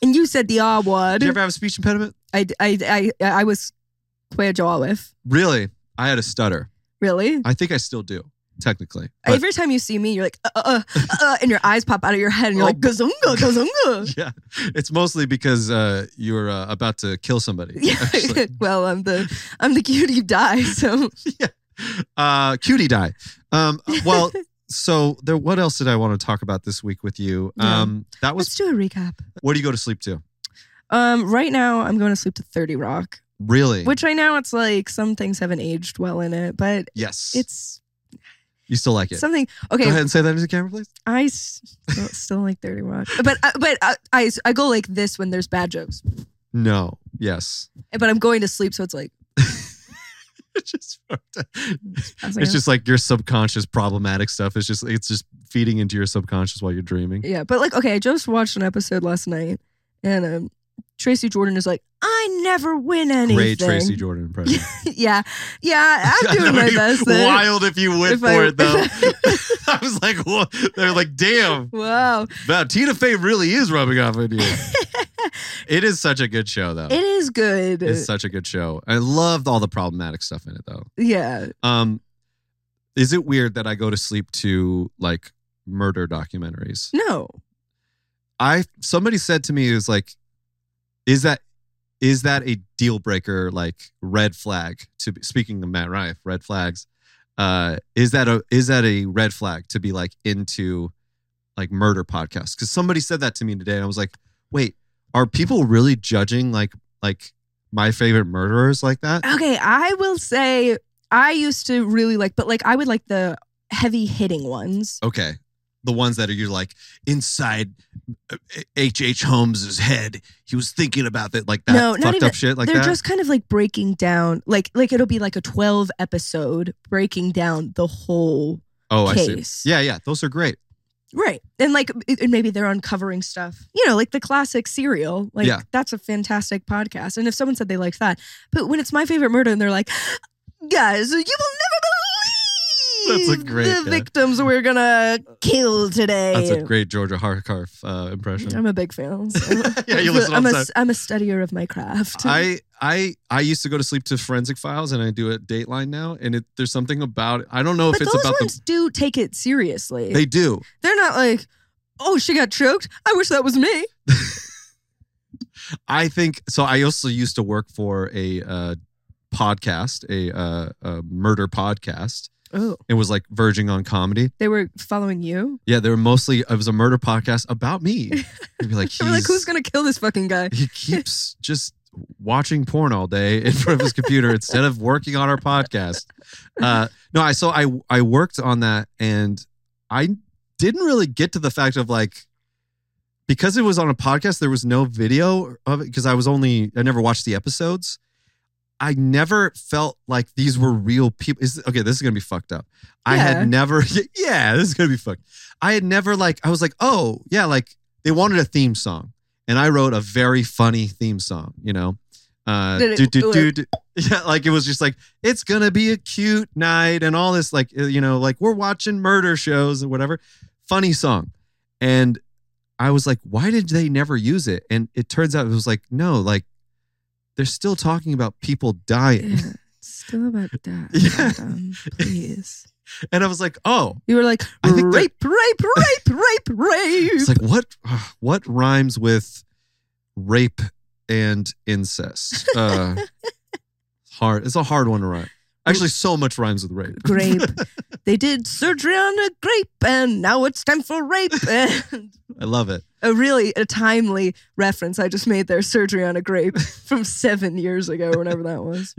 Speaker 2: and you said the R word.
Speaker 5: Did you ever have a speech impediment?
Speaker 2: I, I, I, I was queer with.
Speaker 5: Really? I had a stutter.
Speaker 2: Really?
Speaker 5: I think I still do, technically. But-
Speaker 2: Every time you see me, you're like, uh, uh, uh, uh, and your eyes pop out of your head,
Speaker 5: Oh,
Speaker 2: and you're like, gazunga, gazunga.
Speaker 5: yeah, it's mostly because uh, you're uh, about to kill somebody.
Speaker 2: Yeah.
Speaker 5: actually.
Speaker 2: well, I'm the I'm the cutie die. So
Speaker 5: Uh, cutie die. Um, well, so there. What else did I want to talk about this week with you?
Speaker 2: Yeah.
Speaker 5: Um, that
Speaker 2: let's
Speaker 5: was.
Speaker 2: do a recap.
Speaker 5: What do you go to sleep to?
Speaker 2: Um, right now I'm going to sleep to 30 Rock,
Speaker 5: Really?
Speaker 2: which right now it's like some things haven't aged well in it, but
Speaker 5: Yes.
Speaker 2: it's
Speaker 5: you still like it?
Speaker 2: something.
Speaker 5: Go ahead
Speaker 2: Okay,
Speaker 5: and say that into the camera, please.
Speaker 2: I s- still, still like 30 Rock, but I, but I, I I go like this when there's bad jokes,
Speaker 5: No. Yes.
Speaker 2: but I'm going to sleep, so it's like
Speaker 5: It's just.
Speaker 2: I was like,
Speaker 5: It's just like your subconscious problematic stuff. It's just it's just feeding into your subconscious while you're dreaming.
Speaker 2: "Oh." Yeah, but like, okay, I just watched an episode last night, and um, Tracy Jordan is like, "I never win anything."
Speaker 5: Great Tracy Jordan impression.
Speaker 2: yeah, yeah, I'm doing my
Speaker 5: That'd be
Speaker 2: best. there.
Speaker 5: Wild if you went
Speaker 2: If
Speaker 5: for
Speaker 2: I-
Speaker 5: it though. I was like, whoa. they're like, damn,
Speaker 2: Wow,
Speaker 5: wow, Tina Fey really is rubbing off on you. it is such a good show though.
Speaker 2: it is good.
Speaker 5: Oh. It's such a good show. I loved all the problematic stuff in it though.
Speaker 2: yeah,
Speaker 5: Um, is it weird that I go to sleep to like murder documentaries?
Speaker 2: no,
Speaker 5: I somebody said to me it was like, is that is that a deal breaker? Like red flag to be, speaking of Matt Rife, red flags. Uh, is that a is that a red flag to be like into like murder podcasts? Because somebody said that to me today, and I was like, wait, are people really judging like like my favorite murderers like that?
Speaker 2: okay. I will say I used to really like, but like I would like the heavy hitting ones.
Speaker 5: Okay. The ones that are you're like inside H.H. H. Holmes's head, he was thinking about that like that
Speaker 2: No, not
Speaker 5: fucked
Speaker 2: even-
Speaker 5: up shit like
Speaker 2: They're
Speaker 5: that.
Speaker 2: just kind of like breaking down, like like it'll be like a twelve episode breaking down the whole
Speaker 5: oh,
Speaker 2: case.
Speaker 5: I see. Yeah, yeah, those are great.
Speaker 2: Right. And like it- and maybe they're uncovering stuff. You know, like the classic serial. Like
Speaker 5: Yeah.
Speaker 2: that's a fantastic podcast. And if someone said they liked that, but when it's my favorite murder and they're like guys, you will never
Speaker 5: That's
Speaker 2: believe
Speaker 5: a great
Speaker 2: the
Speaker 5: guy.
Speaker 2: victims we're gonna kill today.
Speaker 5: That's a great Georgia Harkarf uh, impression.
Speaker 2: I'm a big fan. so-
Speaker 5: yeah, you listen all
Speaker 2: I'm
Speaker 5: the
Speaker 2: a,
Speaker 5: time.
Speaker 2: s- I'm a studier of my craft.
Speaker 5: I I I used to go to sleep to Forensic Files, and I do at Dateline now. And it, there's something about it. I don't know if
Speaker 2: but
Speaker 5: it's
Speaker 2: those
Speaker 5: about
Speaker 2: ones do take it seriously.
Speaker 5: the. They do.
Speaker 2: They're not like, oh, she got choked. I wish that was me.
Speaker 5: I think so. I also used to work for a uh, podcast, a, uh, a murder podcast.
Speaker 2: Oh,
Speaker 5: It was like verging on comedy.
Speaker 2: they were following you.
Speaker 5: Yeah, they were mostly it was a murder podcast about me. They'd be like,
Speaker 2: They were like,
Speaker 5: "He's-
Speaker 2: who's gonna kill this fucking guy?
Speaker 5: he keeps just watching porn all day in front of his computer instead of working on our podcast. Uh, no, I so I I worked on that and I didn't really get to the fact of like because it was on a podcast, there was no video of it because I was only I never watched the episodes. I never felt like these were real people. Is okay, this is gonna be fucked up. I
Speaker 2: Yeah.
Speaker 5: had never yeah, this is gonna be fucked. I had never like I was like, oh yeah, like they wanted a theme song. And I wrote a very funny theme song, you know. Uh
Speaker 2: Did it
Speaker 5: do, do,
Speaker 2: work?
Speaker 5: do, do. Yeah, like it was just like, it's gonna be a cute night and all this, like uh, you know, like we're watching murder shows and whatever. Funny song. And I was like, why did they never use it? And it turns out it was like, no, like they're still talking about people dying.
Speaker 2: Yeah, still about that.
Speaker 5: Yeah.
Speaker 2: Adam, please.
Speaker 5: And I was like, oh,
Speaker 2: You were like,
Speaker 5: I
Speaker 2: rape,
Speaker 5: think that-
Speaker 2: rape, rape, rape, rape.
Speaker 5: It's like what what rhymes with rape and incest? Uh, hard. It's a hard one to rhyme. Actually, so much rhymes with rape.
Speaker 2: grape. they did surgery on a grape, and now it's time for rape. And
Speaker 5: I love it.
Speaker 2: a really a timely reference I just made there, surgery on a grape from seven years ago, whenever that was.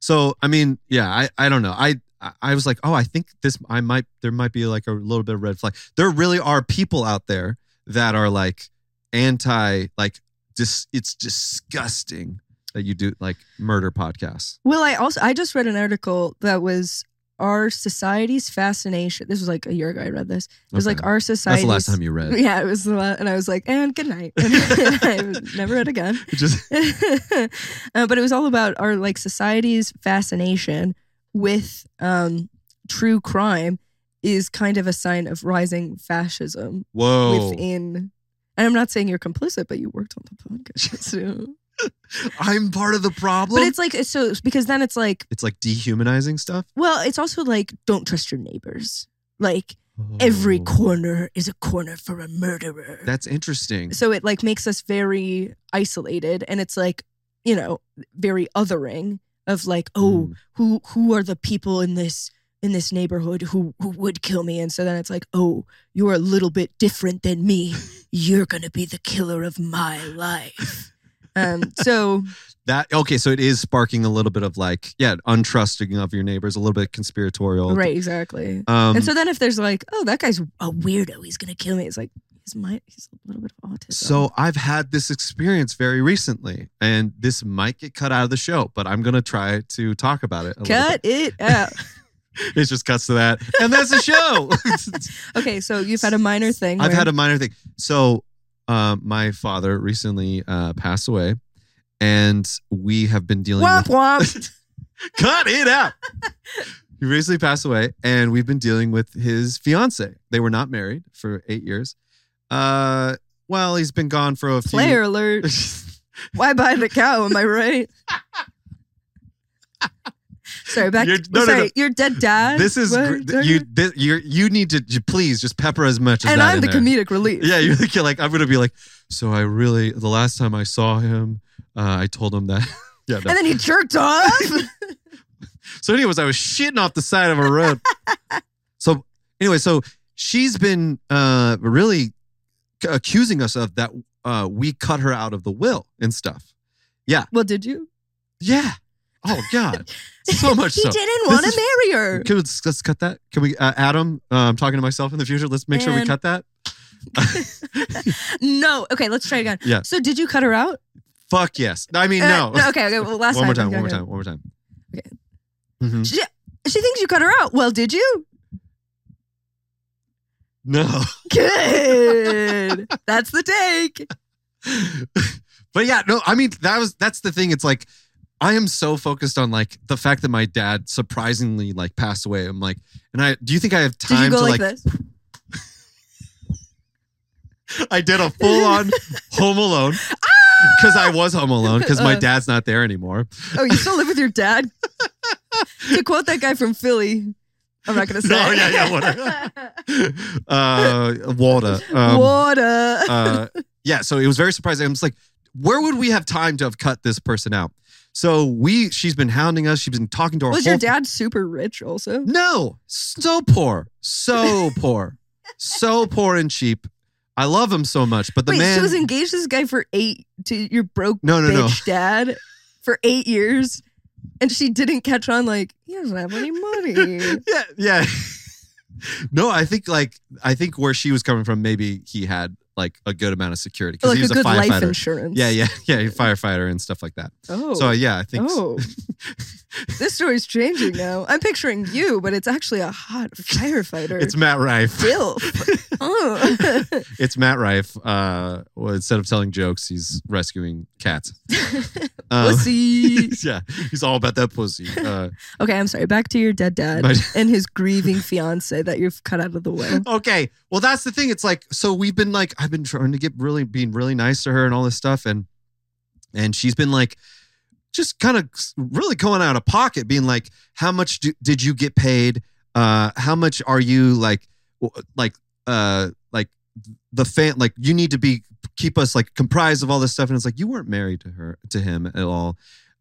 Speaker 5: So I mean, yeah, I I don't know. I I- I was like, oh, I think this. I might there might be like a little bit of red flag. There really are people out there that are like anti like dis, It's disgusting that you do like murder podcasts.
Speaker 2: Well, I also I just read an article that was our society's fascination. This was like a year ago. I read this. It was
Speaker 5: Okay.
Speaker 2: like our
Speaker 5: that's
Speaker 2: society.
Speaker 5: the last time you read.
Speaker 2: Yeah, it was the last, and I was like, and good night. And I never read again.
Speaker 5: Just
Speaker 2: uh, but it was all about our like society's fascination with um, true crime is kind of a sign of rising fascism
Speaker 5: whoa.
Speaker 2: within. And I'm not saying you're complicit, but you worked on the podcast. So.
Speaker 5: I'm part of the problem.
Speaker 2: But it's like so it's because then it's like
Speaker 5: It's like dehumanizing stuff.
Speaker 2: well, it's also like don't trust your neighbors. Like every
Speaker 5: Oh,
Speaker 2: corner is a corner for a murderer.
Speaker 5: That's interesting.
Speaker 2: so it like makes us very isolated and it's like you know very othering of like oh
Speaker 5: Mm.
Speaker 2: who who are the people in this in this neighborhood who who would kill me and so then it's like oh you're a little bit different than me you're gonna be the killer of my life um so
Speaker 5: that okay. So it is sparking a little bit of like yeah, untrusting of your neighbors, a little bit conspiratorial.
Speaker 2: right exactly
Speaker 5: Um,
Speaker 2: and so then if there's like oh that guy's a weirdo he's gonna kill me it's like he's my he's a little bit of autism
Speaker 5: so I've had this experience very recently, and this might get cut out of the show, but I'm gonna try to talk about it. a little
Speaker 2: cut it out
Speaker 5: bit. It just cuts to that, and that's the show.
Speaker 2: okay so you've had a minor thing
Speaker 5: I've
Speaker 2: where-
Speaker 5: had a minor thing. So, uh, my father recently uh, passed away, and we have been dealing with
Speaker 2: womp womp
Speaker 5: cut it out. he recently passed away, and we've been dealing with his fiance. They were not married for eight years. Uh, well, he's been gone for a few.
Speaker 2: Player alert. Why buy the cow? Am I right? sorry, back.
Speaker 5: You're- no, no,
Speaker 2: sorry,
Speaker 5: no.
Speaker 2: your dead dad.
Speaker 5: This is
Speaker 2: What?
Speaker 5: gr- th- you. This, you you need to you please just pepper as much as
Speaker 2: And
Speaker 5: that
Speaker 2: I'm
Speaker 5: in
Speaker 2: the
Speaker 5: there.
Speaker 2: comedic relief.
Speaker 5: Yeah, you're like, you're like I'm gonna be like. So I really the last time I saw him, uh, I told him that. yeah. no.
Speaker 2: And then he jerked off.
Speaker 5: So, anyways, I was shitting off the side of a road. so, anyway, so she's been uh, really c- accusing us of that uh, we cut her out of the will and stuff.
Speaker 2: well, did you?
Speaker 5: Yeah. Oh God. so much
Speaker 2: he
Speaker 5: so.
Speaker 2: didn't
Speaker 5: This
Speaker 2: want
Speaker 5: is-
Speaker 2: to marry her.
Speaker 5: Can we, let's let's cut that. Can we, uh, Adam? Uh, I'm talking to myself in the future. Let's make sure we
Speaker 2: And-
Speaker 5: cut that.
Speaker 2: No. Okay, let's try again.
Speaker 5: Yeah.
Speaker 2: So did you cut her out?
Speaker 5: Fuck yes. I mean
Speaker 2: Uh,
Speaker 5: no.
Speaker 2: okay. Okay. Well, last
Speaker 5: one more time.
Speaker 2: time.
Speaker 5: One more
Speaker 2: Okay,
Speaker 5: time.
Speaker 2: okay.
Speaker 5: One more time.
Speaker 2: Okay.
Speaker 5: Mhm.
Speaker 2: She thinks you cut her out. Well, did you?
Speaker 5: No.
Speaker 2: Good. That's the take.
Speaker 5: but yeah, no, I mean that was that's the thing. It's like I am so focused on like the fact that my dad surprisingly like passed away. I'm like, and I do you think I have
Speaker 2: Did
Speaker 5: time
Speaker 2: you go
Speaker 5: to
Speaker 2: like,
Speaker 5: like?
Speaker 2: this?
Speaker 5: I did a full on Home Alone because I was Home Alone because my
Speaker 2: Ah! Uh.
Speaker 5: dad's not there anymore.
Speaker 2: Oh, you still live with your dad? to quote that guy from Philly, I'm not going to say.
Speaker 5: No, yeah, yeah, uh, Walter. Um,
Speaker 2: Water.
Speaker 5: uh, yeah, so it was very surprising. I'm just like, where would we have time to have cut this person out? So we, she's been hounding us. She's been talking to our.
Speaker 2: Was your
Speaker 5: whole-
Speaker 2: dad super rich also?
Speaker 5: No, so poor, so poor, so poor and cheap. I love him so much, but the
Speaker 2: Wait,
Speaker 5: man.
Speaker 2: she was engaged to this guy for eight to your broke
Speaker 5: No, no, no.
Speaker 2: bitch dad for eight years, and she didn't catch on. Like he doesn't have any money.
Speaker 5: yeah, yeah. no, I think like I think where she was coming from, maybe he had like a good amount of security because
Speaker 2: like
Speaker 5: he was
Speaker 2: a
Speaker 5: a,
Speaker 2: good
Speaker 5: firefighter.
Speaker 2: life insurance.
Speaker 5: yeah, yeah, yeah, he firefighter and stuff like that.
Speaker 2: Oh.
Speaker 5: So yeah, I think.
Speaker 2: oh. this story's changing now. I'm picturing you, but it's actually a hot firefighter.
Speaker 5: It's Matt Rife.
Speaker 2: Dilf. Oh.
Speaker 5: It's Matt Rife. Uh, well, instead of telling jokes, he's rescuing cats. Um,
Speaker 2: Pussy.
Speaker 5: yeah, he's all about that pussy. Uh,
Speaker 2: Okay, I'm sorry. Back to your dead dad
Speaker 5: My-
Speaker 2: and his grieving fiance that you've cut out of the way.
Speaker 5: okay, well that's the thing. It's like so we've been like I've been trying to get really being really nice to her and all this stuff, and and she's been like just kind of really going out of pocket, being like, how much do, did you get paid? Uh, how much are you like w- like uh like the fan like you need to be keep us like comprised of all this stuff and it's like you weren't married to her to him at all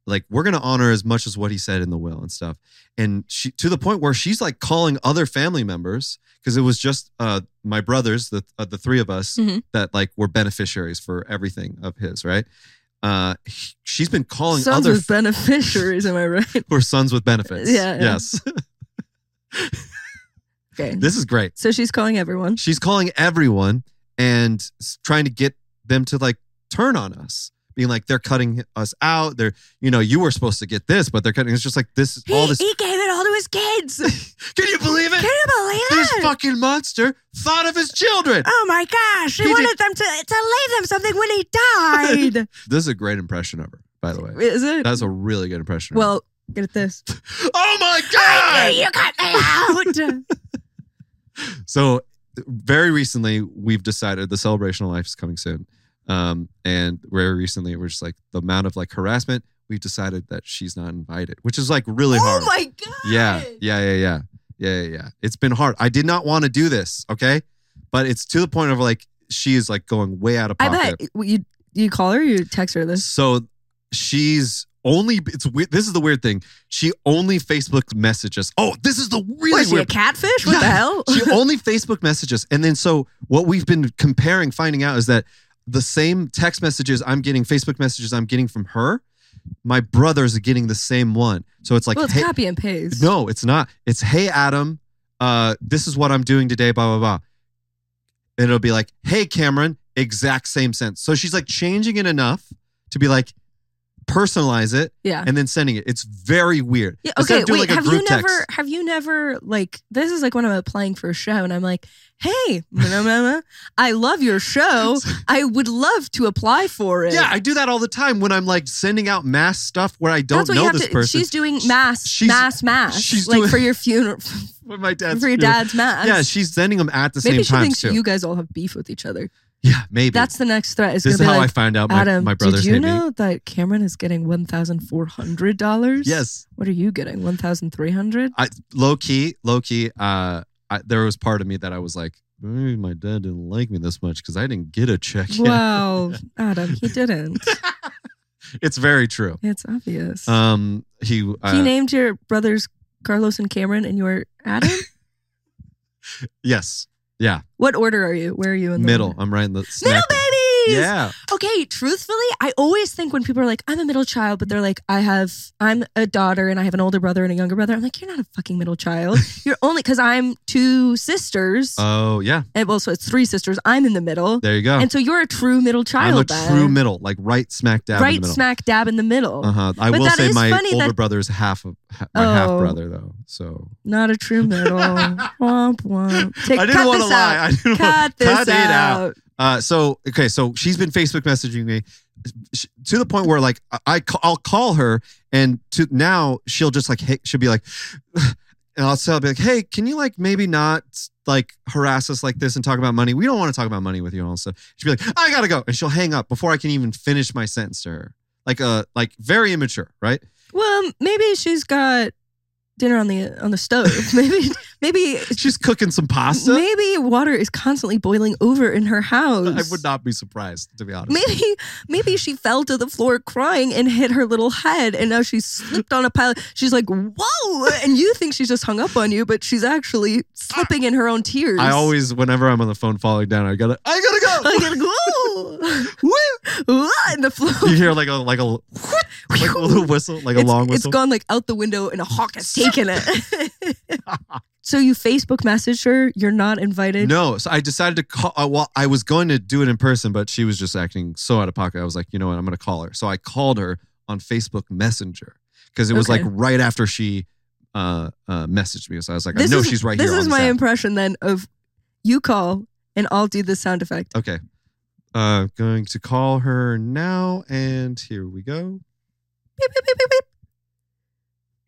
Speaker 5: like we're gonna honor as much as what he said in the will and stuff and she to the point where she's like calling other family members because it was just uh my brothers the uh, the three of us
Speaker 2: Mhm.
Speaker 5: that like were beneficiaries for everything of his right uh he- she's been calling
Speaker 2: Sons
Speaker 5: other
Speaker 2: with beneficiaries, am I right?
Speaker 5: or sons with benefits
Speaker 2: Yeah, yeah.
Speaker 5: yes
Speaker 2: Okay.
Speaker 5: this is great
Speaker 2: So she's calling everyone.
Speaker 5: She's calling everyone and s- trying to get them to like turn on us, being like they're cutting us out. They're you know you were supposed to get this, but they're cutting. It's just like this all this.
Speaker 2: gave it all to his kids.
Speaker 5: Can you believe it?
Speaker 2: you believe
Speaker 5: This fucking monster thought of his children.
Speaker 2: oh my gosh.
Speaker 5: He wanted
Speaker 2: them to, to leave them something when he died.
Speaker 5: This is a great impression of her, by the way.
Speaker 2: Is it?
Speaker 5: That's a really good impression. of her.
Speaker 2: well, get at this.
Speaker 5: oh my god!
Speaker 2: got me out.
Speaker 5: So very recently, we've decided the celebration of life is coming soon. Um, and very recently, we're just like the amount of like harassment. We've decided that she's not invited, which is like really
Speaker 2: oh
Speaker 5: hard.
Speaker 2: my God.
Speaker 5: yeah, yeah, yeah, yeah, yeah, yeah, yeah. It's been hard. I did not want to do this. Okay, but it's to the point of like she is like going way out of
Speaker 2: I
Speaker 5: pocket.
Speaker 2: bet you, you call her or you text her this?
Speaker 5: So she's only it's weird. This is the weird thing. She only Facebook messages. Oh, this is the really
Speaker 2: Was she a
Speaker 5: weird
Speaker 2: catfish? What the
Speaker 5: Yeah.
Speaker 2: hell?
Speaker 5: she only Facebook messages. And then so what we've been comparing, finding out is that the same text messages I'm getting, Facebook messages I'm getting from her, my brothers are getting the same one. So it's like,
Speaker 2: well, it's
Speaker 5: hey,
Speaker 2: copy and paste.
Speaker 5: no, it's not. It's hey Adam, uh, this is what I'm doing today, blah, blah, blah. And it'll be like, hey Cameron, exact same sense. So she's like changing it enough to be like personalize it
Speaker 2: Yeah.
Speaker 5: and then sending it. It's very weird.
Speaker 2: Uh. Yeah,
Speaker 5: Instead
Speaker 2: okay.
Speaker 5: of doing,
Speaker 2: Wait,
Speaker 5: like, a
Speaker 2: have you
Speaker 5: group text-
Speaker 2: never have you never like this is like when I'm applying for a show and I'm like, hey, mama, mama, I love your show. I would love to apply for it.
Speaker 5: Yeah, I do that all the time when I'm like sending out mass stuff where I don't
Speaker 2: That's what you
Speaker 5: know
Speaker 2: have
Speaker 5: this
Speaker 2: to.
Speaker 5: person.
Speaker 2: She's doing mass,
Speaker 5: she's-
Speaker 2: mass, mass.
Speaker 5: she's
Speaker 2: like
Speaker 5: doing-
Speaker 2: for your funeral,
Speaker 5: with my dad's
Speaker 2: for your
Speaker 5: funeral.
Speaker 2: dad's mass.
Speaker 5: Yeah, she's sending them at the
Speaker 2: maybe
Speaker 5: same
Speaker 2: she
Speaker 5: time
Speaker 2: thinks
Speaker 5: too.
Speaker 2: you guys all have beef with each other.
Speaker 5: yeah, maybe.
Speaker 2: That's the next threat. It's
Speaker 5: this is
Speaker 2: gonna
Speaker 5: how
Speaker 2: be
Speaker 5: I
Speaker 2: like,
Speaker 5: found out my,
Speaker 2: Adam,
Speaker 5: my brothers
Speaker 2: did you
Speaker 5: hate me.
Speaker 2: know that Cameron is getting one thousand four hundred dollars?
Speaker 5: Yes,
Speaker 2: What are you getting? One thousand three hundred.
Speaker 5: I low key, low key. Uh, I, there was part of me that I was like, "Maybe my dad didn't like me this much because I didn't get a check. yet."
Speaker 2: Wow, Adam, he didn't.
Speaker 5: it's very true.
Speaker 2: It's obvious.
Speaker 5: Um, he
Speaker 2: he
Speaker 5: uh,
Speaker 2: named your brothers Carlos and Cameron, and you were Adam.
Speaker 5: yes,
Speaker 2: what order are you? Where are you in the
Speaker 5: middle.
Speaker 2: order?
Speaker 5: I'm right in the
Speaker 2: Middle
Speaker 5: smack-
Speaker 2: babies.
Speaker 5: Yeah,
Speaker 2: Okay. Truthfully, I always think when people are like, "I'm a middle child," but they're like, "I have, I'm a daughter, and I have an older brother and a younger brother." I'm like, "You're not a fucking middle child. You're only because I'm two sisters.
Speaker 5: oh yeah,
Speaker 2: and well, so it's three sisters. I'm in the middle,
Speaker 5: there you go.
Speaker 2: and so you're a true middle child.
Speaker 5: I'm a
Speaker 2: then.
Speaker 5: true middle, like right smack dab in the
Speaker 2: right
Speaker 5: middle.
Speaker 2: smack dab in the middle.
Speaker 5: Uh huh. I
Speaker 2: But
Speaker 5: will
Speaker 2: that
Speaker 5: say
Speaker 2: is
Speaker 5: my
Speaker 2: funny
Speaker 5: older
Speaker 2: that-
Speaker 5: brother is half of ha- my half
Speaker 2: Oh.
Speaker 5: brother though. So
Speaker 2: Not a true middle. womp womp. Take,
Speaker 5: I
Speaker 2: cut
Speaker 5: didn't want to
Speaker 2: this
Speaker 5: lie.
Speaker 2: out.
Speaker 5: I didn't wanna-
Speaker 2: Cut this
Speaker 5: cut it
Speaker 2: out.
Speaker 5: out. Uh, so okay, so she's been Facebook messaging me sh- to the point where like I- I ca- I'll call her and to now she'll just like hey, she'll be like, and I'll tell her, be like, hey, can you like maybe not like harass us like this and talk about money? We don't want to talk about money with you and all this stuff. She'll be like, I gotta go, and she'll hang up before I can even finish my sentence to her. Like uh, like very immature, right?
Speaker 2: Well, maybe she's got dinner on the on the stove. Maybe maybe
Speaker 5: She's cooking some pasta.
Speaker 2: maybe water is constantly boiling over in her house.
Speaker 5: I would not be surprised to be honest.
Speaker 2: Maybe maybe she fell to the floor crying and hit her little head and now she slipped on a pile. She's like, "Whoa!" And you think she's just hung up on you, but she's actually slipping in her own tears.
Speaker 5: I always, whenever I'm on the phone falling down, I gotta, I
Speaker 2: like,
Speaker 5: gotta go.
Speaker 2: whoa,
Speaker 5: Whoop.
Speaker 2: whoa, and the floor.
Speaker 5: you hear like a like a whoop, like a little whistle, like a
Speaker 2: It's-
Speaker 5: long
Speaker 2: It's
Speaker 5: whistle.
Speaker 2: gone like out the window, and a hawk has taken it. so you Facebook message her. You're not invited.
Speaker 5: No, so I decided to call. Uh, well, I was going to do it in person, but she was just acting so out of pocket. I was like, you know what, I'm gonna call her. So I called her on Facebook Messenger because it was
Speaker 2: Okay.
Speaker 5: like right after she uh uh messaged me. So I was like,
Speaker 2: This
Speaker 5: I know
Speaker 2: is-
Speaker 5: she's right
Speaker 2: This
Speaker 5: here.
Speaker 2: is
Speaker 5: on
Speaker 2: my
Speaker 5: app.
Speaker 2: impression then of you call, and I'll do the sound effect.
Speaker 5: Okay. Uh, going to call her now, and here we go.
Speaker 2: Beep, beep, beep, beep, beep.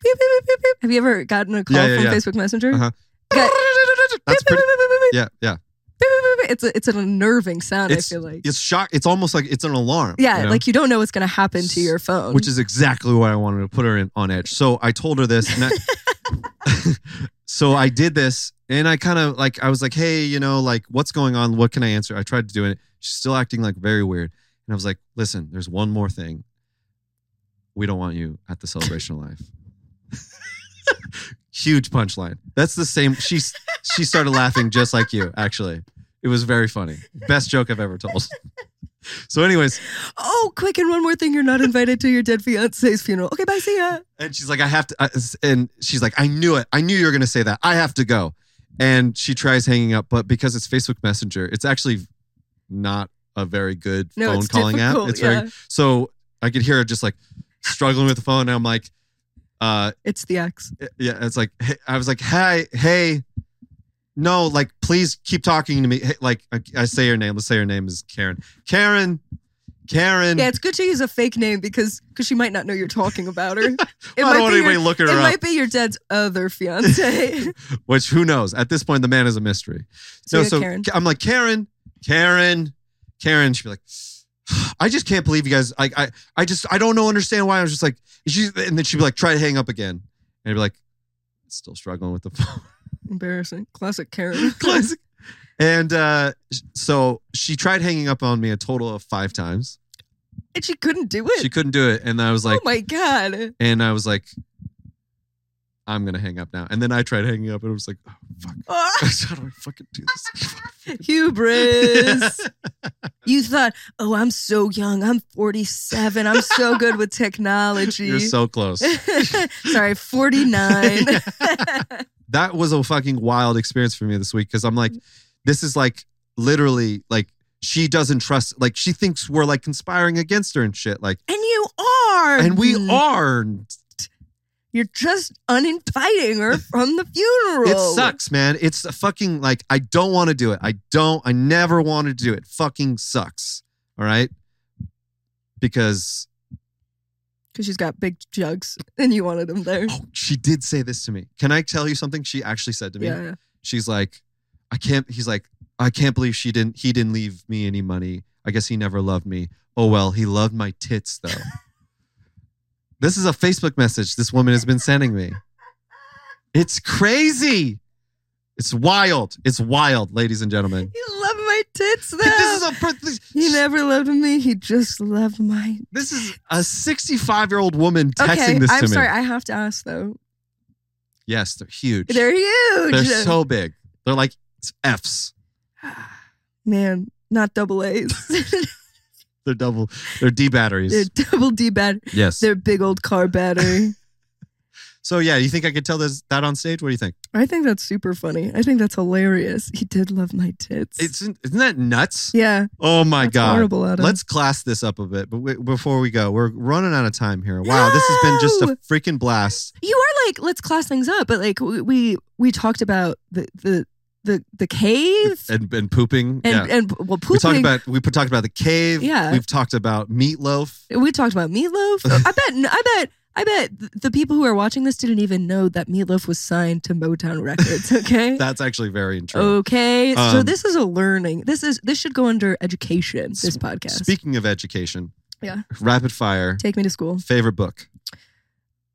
Speaker 2: Beep, beep, beep, beep, beep. Have you ever gotten a call
Speaker 5: Yeah, yeah,
Speaker 2: from
Speaker 5: yeah.
Speaker 2: Facebook Messenger?
Speaker 5: Uh-huh.
Speaker 2: Okay.
Speaker 5: That's
Speaker 2: Beep, beep,
Speaker 5: pretty.
Speaker 2: beep, beep, beep, beep,
Speaker 5: Yeah, yeah.
Speaker 2: beep, beep. It's a, it's an unnerving sound.
Speaker 5: It's-
Speaker 2: I feel like
Speaker 5: It's shock. It's almost like it's an alarm.
Speaker 2: yeah,
Speaker 5: you know?
Speaker 2: like you don't know what's going to happen to your phone.
Speaker 5: which is exactly why I wanted to put her in, on edge. So I told her this. And I, so I did this, and I kind of like I was like, "Hey, you know, like what's going on? What can I answer?" I tried to do it. She's still acting like very weird, and I was like, "Listen, there's one more thing. We don't want you at the celebration of life." Huge punchline. That's the same. She she started laughing just like you. Actually, it was very funny. Best joke I've ever told. So, anyways,
Speaker 2: oh, quick! And one more thing, you're not invited to your dead fiance's funeral. Okay, bye. See ya.
Speaker 5: And she's like, I have to. I- And she's like, I knew it. I knew you were going to say that. I have to go. And she tries hanging up, but because it's Facebook Messenger, it's actually not a very good
Speaker 2: No,
Speaker 5: phone
Speaker 2: it's
Speaker 5: calling
Speaker 2: difficult,
Speaker 5: app. It's
Speaker 2: yeah.
Speaker 5: very so I could hear her just like struggling with the phone. And I'm like, uh,
Speaker 2: It's the X.
Speaker 5: yeah, it's like hey, I was like, hey, hey, no, like please keep talking to me. Hey, like I, I say her name. Let's say her name is Karen. Karen, Karen.
Speaker 2: Yeah, it's good to use a fake name because because she might not know you're talking about her. It
Speaker 5: I don't want
Speaker 2: be your,
Speaker 5: anybody looking
Speaker 2: it
Speaker 5: her up.
Speaker 2: might be your dad's other fiance.
Speaker 5: Which who knows? At this point, the man is a mystery.
Speaker 2: So
Speaker 5: no,
Speaker 2: you're
Speaker 5: so
Speaker 2: Karen.
Speaker 5: I'm like Karen, Karen, Karen. She'd be like, I just can't believe you guys. Like I, I just I don't know understand why I was just like she's and then she'd be like try to hang up again and I'd be like still struggling with the phone.
Speaker 2: Embarrassing. Classic Karen.
Speaker 5: Classic. And uh, so she tried hanging up on me a total of five times.
Speaker 2: And she couldn't do it.
Speaker 5: She couldn't do it, and I was like,
Speaker 2: oh my god.
Speaker 5: and I was like, I'm gonna hang up now. And then I tried hanging up, and I was like, oh, fuck,
Speaker 2: Ah,
Speaker 5: how do I fucking do this?
Speaker 2: hubris. You thought, oh, I'm so young. I'm 47. I'm so good with technology.
Speaker 5: You're so close.
Speaker 2: Sorry, 49.
Speaker 5: that was a fucking wild experience for me this week because I'm like, this is like literally like she doesn't trust, like she thinks we're like conspiring against her and shit. Like,
Speaker 2: and you are.
Speaker 5: and we are.
Speaker 2: You're just uninviting her from the funeral.
Speaker 5: It sucks, man. It's a fucking like, I don't want to do it. I don't, I never want to do it. Fucking sucks. All right. Because
Speaker 2: Because she's got big jugs and you wanted them there.
Speaker 5: oh, she did say this to me. Can I tell you something she actually said to me?
Speaker 2: yeah, yeah.
Speaker 5: she's like, I can't. He's like, I can't believe she didn't. He didn't leave me any money. I guess he never loved me. Oh well, he loved my tits though. this is a Facebook message this woman has been sending me. It's crazy. It's wild. It's wild, ladies and gentlemen.
Speaker 2: You love my tits though.
Speaker 5: This is a per- this-
Speaker 2: he never loved me. He just loved my.
Speaker 5: this is a 65 year old woman texting
Speaker 2: okay,
Speaker 5: this to
Speaker 2: I'm
Speaker 5: me.
Speaker 2: sorry. I have to ask though.
Speaker 5: Yes, they're huge.
Speaker 2: They're huge.
Speaker 5: They're so big. They're like F's.
Speaker 2: man, not double A's.
Speaker 5: They're double. They're D batteries.
Speaker 2: They're double D battery.
Speaker 5: yes.
Speaker 2: They're big old car battery.
Speaker 5: So yeah, you think I could tell this, that on stage? What do you think?
Speaker 2: I think that's super funny. I think that's hilarious. He did love my tits.
Speaker 5: It's isn't that nuts?
Speaker 2: yeah.
Speaker 5: Oh my
Speaker 2: that's
Speaker 5: god!
Speaker 2: Horrible, uh, Adam.
Speaker 5: Let's class this up a bit. But we, before we go, we're running out of time here. Wow, this has been just
Speaker 2: No!
Speaker 5: a freaking blast.
Speaker 2: you are like let's class things up but like we we, we talked about the the the the cave
Speaker 5: and and pooping.
Speaker 2: and
Speaker 5: Uh, yeah.
Speaker 2: and well pooping.
Speaker 5: We talked about we talked about the cave.
Speaker 2: Yeah.
Speaker 5: We've talked about meatloaf.
Speaker 2: We talked about meatloaf. I bet. I bet. I bet th- the people who are watching this didn't even know that meatloaf was signed to Motown Records. Okay.
Speaker 5: That's actually very
Speaker 2: Oh,
Speaker 5: intriguing.
Speaker 2: okay. so
Speaker 5: Um,
Speaker 2: this is a learning. This is this should go under education. This
Speaker 5: Sp-
Speaker 2: podcast.
Speaker 5: Speaking of education,
Speaker 2: Yeah.
Speaker 5: Rapid fire.
Speaker 2: Take me to school.
Speaker 5: Favorite book.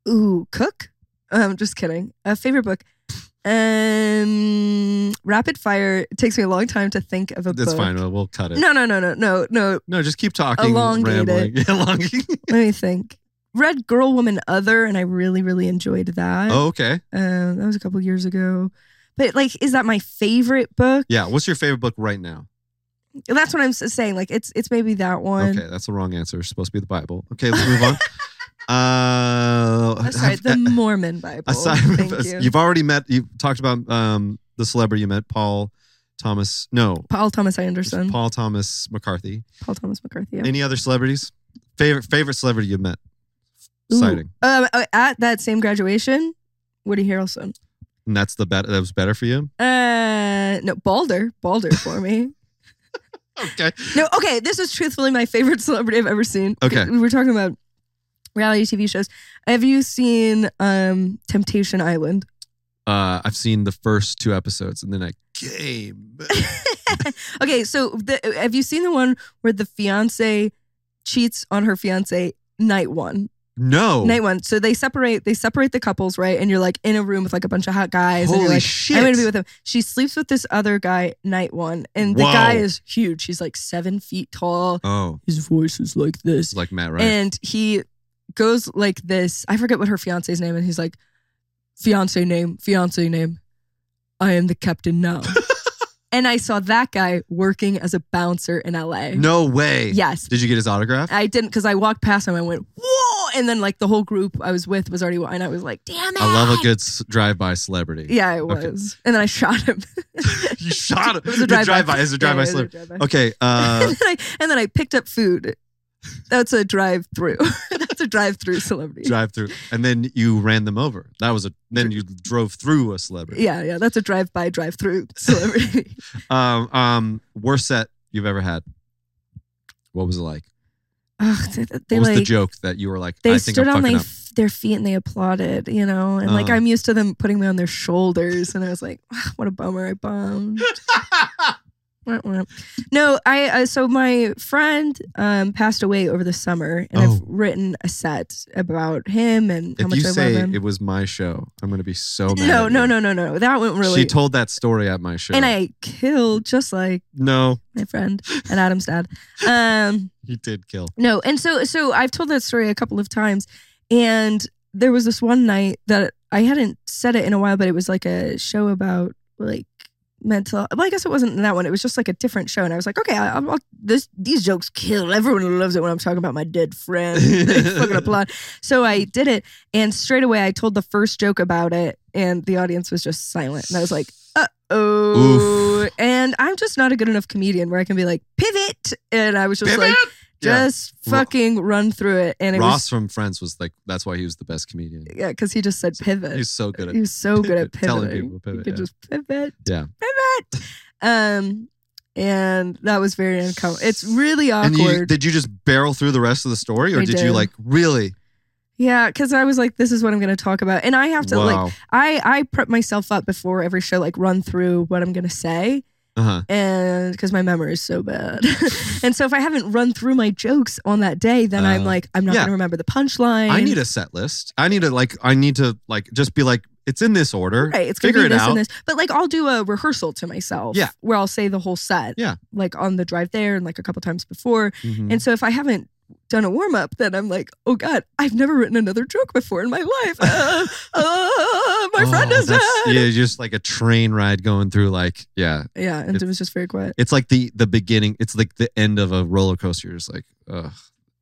Speaker 2: Ooh, cook. I'm just kidding. A favorite book. Um, rapid fire. It takes me a long time to think of a
Speaker 5: That's
Speaker 2: book.
Speaker 5: fine. We'll, we'll cut it.
Speaker 2: No, no, no, no, no, no.
Speaker 5: No, just keep talking.
Speaker 2: Elongate
Speaker 5: rambling. Elongate.
Speaker 2: Let me think. Read Girl, Woman, Other, and I really, really enjoyed that.
Speaker 5: Oh, okay.
Speaker 2: Um, that was a couple years ago. But like, is that my favorite book?
Speaker 5: Yeah. What's your favorite book right now?
Speaker 2: That's what I'm s- saying. Like, it's it's maybe that one.
Speaker 5: Okay, that's the wrong answer. It's supposed to be the Bible. Okay, let's move on. uh,
Speaker 2: Oh, sorry,
Speaker 5: have- uh,
Speaker 2: the Mormon Bible.
Speaker 5: aside from
Speaker 2: Thank
Speaker 5: us-
Speaker 2: you.
Speaker 5: you've already met. You've talked about um, the celebrity you met, Paul Thomas. No,
Speaker 2: Paul Thomas Anderson. Paul,
Speaker 5: Paul Thomas McCarthy.
Speaker 2: Thomas McCarthy. Yeah.
Speaker 5: Any other celebrities? Favorite favorite celebrity you met?
Speaker 2: Ooh.
Speaker 5: Sighting,
Speaker 2: Um, oh, at that same graduation, Woody Harrelson.
Speaker 5: and that's the bet. That was better for you.
Speaker 2: Uh, no, Balder. Balder for me.
Speaker 5: Okay.
Speaker 2: No, okay. This is truthfully my favorite celebrity I've ever seen.
Speaker 5: Okay.
Speaker 2: We were talking about reality TV shows. Have you seen um, Temptation Island?
Speaker 5: Uh, I've seen the first two episodes, and then I came.
Speaker 2: okay, so the, have you seen the one where the fiance cheats on her fiance night one?
Speaker 5: No.
Speaker 2: Night one. So they separate. They separate the couples, right? And you're like in a room with like a bunch of hot guys. and
Speaker 5: Holy
Speaker 2: you're like,
Speaker 5: shit!
Speaker 2: I'm gonna be with him. She sleeps with this other guy night one, and the
Speaker 5: Whoa.
Speaker 2: guy is huge. He's like seven feet tall.
Speaker 5: oh,
Speaker 2: His voice is like this,
Speaker 5: it's like Matt Ryan.
Speaker 2: and he goes like this. I forget what her fiance's name, and he's like, fiance name, fiance name. I am the captain now. and I saw that guy working as a bouncer in LA.
Speaker 5: no way.
Speaker 2: Yes.
Speaker 5: Did you get his autograph?
Speaker 2: I didn't because I walked past him. I went whoa, and then like the whole group I was with was already, and I was like, damn it.
Speaker 5: I love a good s- drive-by celebrity.
Speaker 2: Yeah, it was.
Speaker 5: Okay.
Speaker 2: And then I shot him.
Speaker 5: you shot him.
Speaker 2: It was a drive-by.
Speaker 5: drive-by. It's a
Speaker 2: Yeah, it
Speaker 5: drive-by
Speaker 2: was a
Speaker 5: slip.
Speaker 2: drive-by.
Speaker 5: Okay. Uh,
Speaker 2: and, then I, and then I picked up food. That's a drive through. That's a drive through celebrity.
Speaker 5: drive through, and then you ran them over. That was a. Then you drove through a celebrity.
Speaker 2: yeah, yeah. That's a drive by, drive through celebrity.
Speaker 5: Um. Um. Worst set you've ever had. What was it like?
Speaker 2: Ugh, they, they,
Speaker 5: what was the
Speaker 2: like,
Speaker 5: joke that you were like?
Speaker 2: They
Speaker 5: I think
Speaker 2: stood
Speaker 5: I'm
Speaker 2: on
Speaker 5: fucking
Speaker 2: they,
Speaker 5: up.
Speaker 2: f- their feet and they applauded, you know? And like,
Speaker 5: Uh.
Speaker 2: I'm used to them putting me on their shoulders. And I was like, "Ugh, what a bummer. I bummed. Wah, wah. No, I uh, so my friend um, passed away over the summer, and I've
Speaker 5: Oh.
Speaker 2: written a set about him and how
Speaker 5: if
Speaker 2: much
Speaker 5: you
Speaker 2: I
Speaker 5: say
Speaker 2: love him.
Speaker 5: it was my show, I'm gonna be so mad.
Speaker 2: no,
Speaker 5: at
Speaker 2: no,
Speaker 5: you.
Speaker 2: no, no, no. That went really.
Speaker 5: She told that story at my show.
Speaker 2: and I killed just like
Speaker 5: no,
Speaker 2: my friend and Adam's dad. Um,
Speaker 5: you did kill.
Speaker 2: no, and so so I've told that story a couple of times, and there was this one night that I hadn't said it in a while, but it was like a show about like mental. Well, I guess it wasn't that one. It was just like a different show, and I was like, okay, I, I'll, I'll- this these jokes kill. Everyone loves it when I'm talking about my dead friend. They fucking applaud. So I did it, and straight away I told the first joke about it, and the audience was just silent, and I was like. uh Oh,
Speaker 5: Oof.
Speaker 2: and I'm just not a good enough comedian where I can be like pivot, and I was just
Speaker 5: Pivot!
Speaker 2: like,
Speaker 5: Yeah.
Speaker 2: just fucking run through it. And it
Speaker 5: Ross from Friends was like that's why he was the best comedian.
Speaker 2: was yeah, because he just said pivot.
Speaker 5: He's so good at
Speaker 2: he was so good at
Speaker 5: Telling
Speaker 2: pivoting.
Speaker 5: people pivot,
Speaker 2: he could
Speaker 5: yeah.
Speaker 2: just pivot.
Speaker 5: Yeah.
Speaker 2: Pivot. Um, and that was very uncomfortable. It's really
Speaker 5: And you,
Speaker 2: awkward.
Speaker 5: did you just barrel through the rest of the story, or
Speaker 2: I
Speaker 5: did, you
Speaker 2: did.
Speaker 5: like really?
Speaker 2: yeah, because I was like, this is what I'm going to talk about, and I have to
Speaker 5: wow.
Speaker 2: like, I I prep myself up before every show, like run through what I'm going to say.
Speaker 5: uh-huh.
Speaker 2: and because my memory is so bad. and so if I haven't run through my jokes on that day, then I'm
Speaker 5: Uh,
Speaker 2: like, I'm not
Speaker 5: yeah.
Speaker 2: going to remember the punchline.
Speaker 5: I need a set list. I need to like. I need to like just be like. It's in this order.
Speaker 2: Right, it's gonna
Speaker 5: Figure
Speaker 2: be
Speaker 5: it
Speaker 2: this
Speaker 5: out.
Speaker 2: and this, but like I'll do a rehearsal to myself.
Speaker 5: Yeah.
Speaker 2: where I'll say the whole set.
Speaker 5: Yeah.
Speaker 2: like on the drive there and like a couple times before.
Speaker 5: Mhm.
Speaker 2: And so if I haven't done a warm up, then I'm like, oh god, I've never written another joke before in my life. Uh, uh, my
Speaker 5: Oh,
Speaker 2: friend is dead.
Speaker 5: that's-
Speaker 2: Yeah,
Speaker 5: Yeah, just like a train ride going through. Like, yeah,
Speaker 2: and it was just very quiet.
Speaker 5: it's like the the beginning. It's like the end of a roller coaster. You're just like, ugh,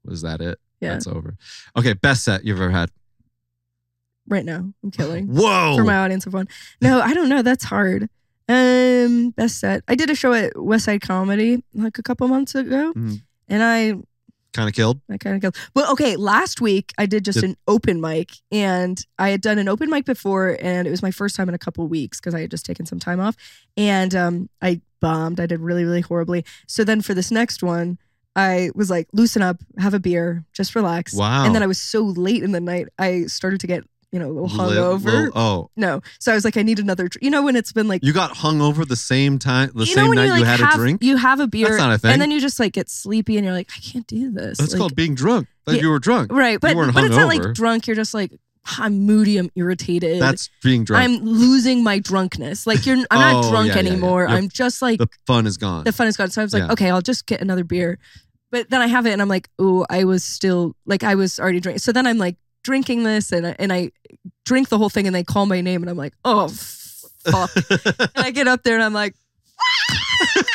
Speaker 5: was that it?
Speaker 2: Yeah.
Speaker 5: that's over. Okay, best set you've ever had.
Speaker 2: Right now, I'm killing.
Speaker 5: Whoa,
Speaker 2: for my audience of one. No, I don't know. That's hard. Um,
Speaker 5: Mm-hmm.
Speaker 2: best set. I did a show at West Side Comedy like a couple months ago,
Speaker 5: Mhm.
Speaker 2: and I
Speaker 5: kind of killed.
Speaker 2: I kind of go. Well, okay. Last week I did just
Speaker 5: Did-
Speaker 2: an open mic, and I had done an open mic before, and it was my first time in a couple weeks because I had just taken some time off, and um, I bombed. I did really, really horribly. So then for this next one, I was like, loosen up, have a beer, just relax.
Speaker 5: Wow.
Speaker 2: And then I was so late in the night, I started to get you know a little
Speaker 5: Li-
Speaker 2: hungover.
Speaker 5: little- oh,
Speaker 2: no, so I was like, I need another. Dr-. You know when it's been like
Speaker 5: you got hungover the same time, the
Speaker 2: you know
Speaker 5: same
Speaker 2: when
Speaker 5: night
Speaker 2: you,
Speaker 5: you,
Speaker 2: like,
Speaker 5: had
Speaker 2: have,
Speaker 5: a drink.
Speaker 2: You have a beer,
Speaker 5: not a thing.
Speaker 2: and then you just like get sleepy, and you're like, I can't do this.
Speaker 5: That's
Speaker 2: Like,
Speaker 5: called being drunk. Like
Speaker 2: Yeah.
Speaker 5: you were drunk.
Speaker 2: Right, but
Speaker 5: weren't
Speaker 2: but it's not
Speaker 5: hungover.
Speaker 2: like drunk. You're just like I'm moody. I'm irritated.
Speaker 5: That's being drunk.
Speaker 2: I'm losing my drunkenness. Like you're, I'm not
Speaker 5: Oh,
Speaker 2: drunk
Speaker 5: yeah, yeah, yeah.
Speaker 2: anymore.
Speaker 5: You're-
Speaker 2: I'm just like
Speaker 5: the
Speaker 2: the,
Speaker 5: fun is gone.
Speaker 2: fun is gone. So I was like,
Speaker 5: Yeah.
Speaker 2: okay, I'll just get another beer. But then I have it, and I'm like, oh, I was still like I was already drinking. So then I'm like drinking this, and I, and I drink the whole thing, and they call my name, and I'm like, oh, fuck. and I get up there, and I'm like, "Ah!" and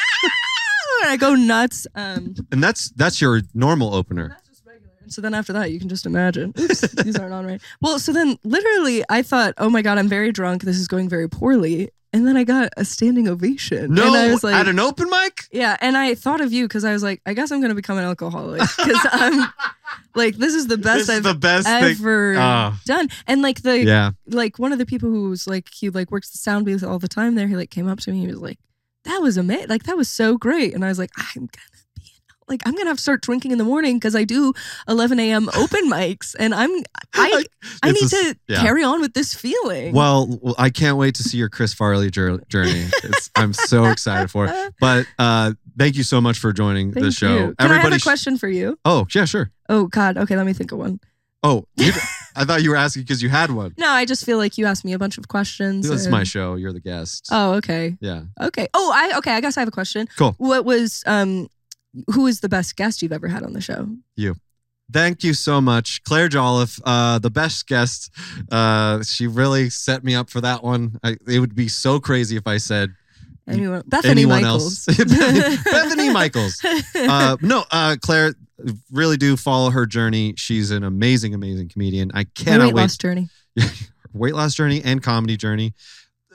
Speaker 2: I go nuts. Um,
Speaker 5: and that's that's your normal opener.
Speaker 2: that's just regular. And so then after that, you can just imagine. Oops, these aren't on right. Well, so then literally, I thought, oh my God, I'm very drunk. This is going very poorly. And then I got a standing ovation.
Speaker 5: No,
Speaker 2: and I was like,
Speaker 5: at an open mic.
Speaker 2: yeah. And I thought of you because I was like, I guess I'm going to become an alcoholic because I'm like, this is the best
Speaker 5: this is
Speaker 2: I've
Speaker 5: the best thing.
Speaker 2: ever
Speaker 5: Ah.
Speaker 2: done. And like the
Speaker 5: Yeah,
Speaker 2: like one of the people who was like he like works the sound booth all the time there. He like came up to me. He was like, "That was amazing! Like that was so great!" And I was like, "I'm gonna be like I'm gonna have to start drinking in the morning because I do 11 a.m. open mics, and I'm I I
Speaker 5: It's
Speaker 2: need
Speaker 5: a s-
Speaker 2: to
Speaker 5: yeah.
Speaker 2: carry on with this feeling."
Speaker 5: Well, well, I can't wait to see your Chris Farley jour- journey. It's, I'm so excited for it.
Speaker 2: Uh,
Speaker 5: But uh, thank you so much for joining
Speaker 2: thank
Speaker 5: the show.
Speaker 2: you. Can I have a
Speaker 5: sh-
Speaker 2: question for you?
Speaker 5: oh yeah, sure.
Speaker 2: Oh God. Okay, let me think of one.
Speaker 5: Oh, you, I thought you were asking because you had one.
Speaker 2: No, I just feel like you asked me a bunch of questions.
Speaker 5: This is
Speaker 2: and-
Speaker 5: my show. You're the guest.
Speaker 2: Oh, okay.
Speaker 5: yeah.
Speaker 2: Okay. Oh, I okay. I guess I have a question.
Speaker 5: Cool.
Speaker 2: What was um, who was the best guest you've ever had on the show?
Speaker 5: Thank you so much, Claire Jolliffe, uh, the best guest. Uh, she really set me up for that one. I, it would be so crazy if I said
Speaker 2: Anyone, Bethany
Speaker 5: anyone
Speaker 2: Michaels.
Speaker 5: else. Bethany Michaels. uh, no, uh, Claire, really do follow her journey. She's an amazing, amazing comedian. I
Speaker 2: My
Speaker 5: cannot
Speaker 2: weight
Speaker 5: wait.
Speaker 2: loss journey.
Speaker 5: weight loss journey and comedy journey.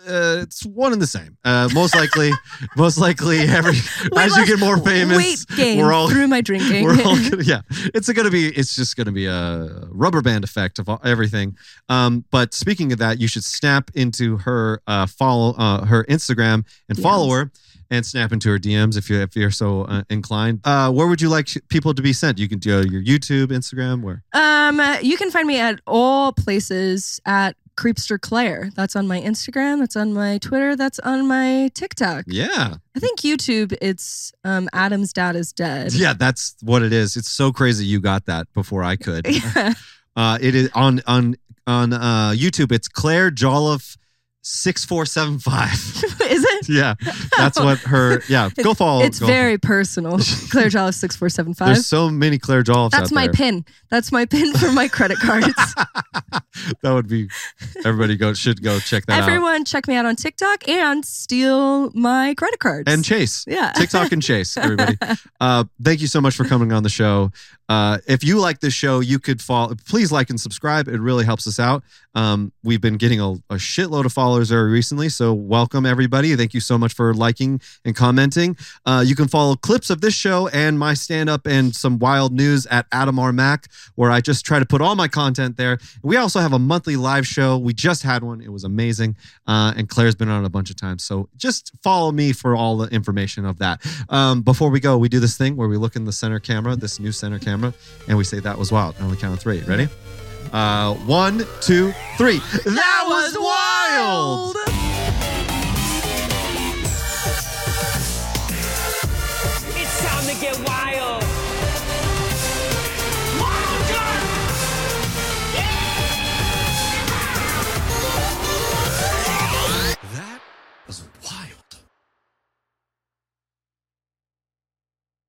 Speaker 5: Uh, it's one and the same. Uh, most likely, most likely, every
Speaker 2: Weight
Speaker 5: as you
Speaker 2: loss-
Speaker 5: get more famous,
Speaker 2: weight gain
Speaker 5: we're all-
Speaker 2: through my drinking.
Speaker 5: we're all gonna, yeah. It's gonna be. It's just gonna be a rubber band effect of all, everything. Um, but speaking of that, you should snap into her uh, follow uh, her Instagram and follow
Speaker 2: DMs.
Speaker 5: her, and snap into her DMs if you if you're so uh, inclined. Uh, where would you like sh- people to be sent? You can do uh, your YouTube, Instagram, where
Speaker 2: um, uh, you can find me at all places at Creepster Claire. That's on my Instagram. That's on my Twitter. That's on my TikTok.
Speaker 5: yeah.
Speaker 2: I think YouTube. It's um, Adam's dad is dead.
Speaker 5: Yeah, that's what it is. It's so crazy you got that before I could.
Speaker 2: Yeah.
Speaker 5: uh, it is on on on uh, YouTube. It's Claire Jolliffe six four seven five.
Speaker 2: is it?
Speaker 5: yeah, that's what her. Yeah, go follow.
Speaker 2: It's
Speaker 5: go
Speaker 2: very personal. Claire Jolliff six four seven
Speaker 5: follow.
Speaker 2: five.
Speaker 5: There's so many Claire Jolliffe.
Speaker 2: That's
Speaker 5: out
Speaker 2: my
Speaker 5: there.
Speaker 2: pin. That's my pin for my credit cards.
Speaker 5: that would be. Everybody go should go check that out.
Speaker 2: Everyone, check me out on TikTok and steal my credit cards.
Speaker 5: And Chase.
Speaker 2: yeah,
Speaker 5: TikTok and Chase, everybody. Uh, thank you so much for coming on the show. Uh, if you like this show, you could follow. Please like and subscribe. It really helps us out. Um, we've been getting a, a shitload of followers very recently, so welcome everybody. Thank you so much for liking and commenting. Uh, you can follow clips of this show and my stand up and some wild news at Adam R. Mac, where I just try to put all my content there. We also have a monthly live show. We just had one, it was amazing. Uh, and Claire's been on a bunch of times. So just follow me for all the information of that. Um, before we go, we do this thing where we look in the center camera, this new center camera, and we say that was wild on the count of three. Ready? Uh, one, two, three. That was wild!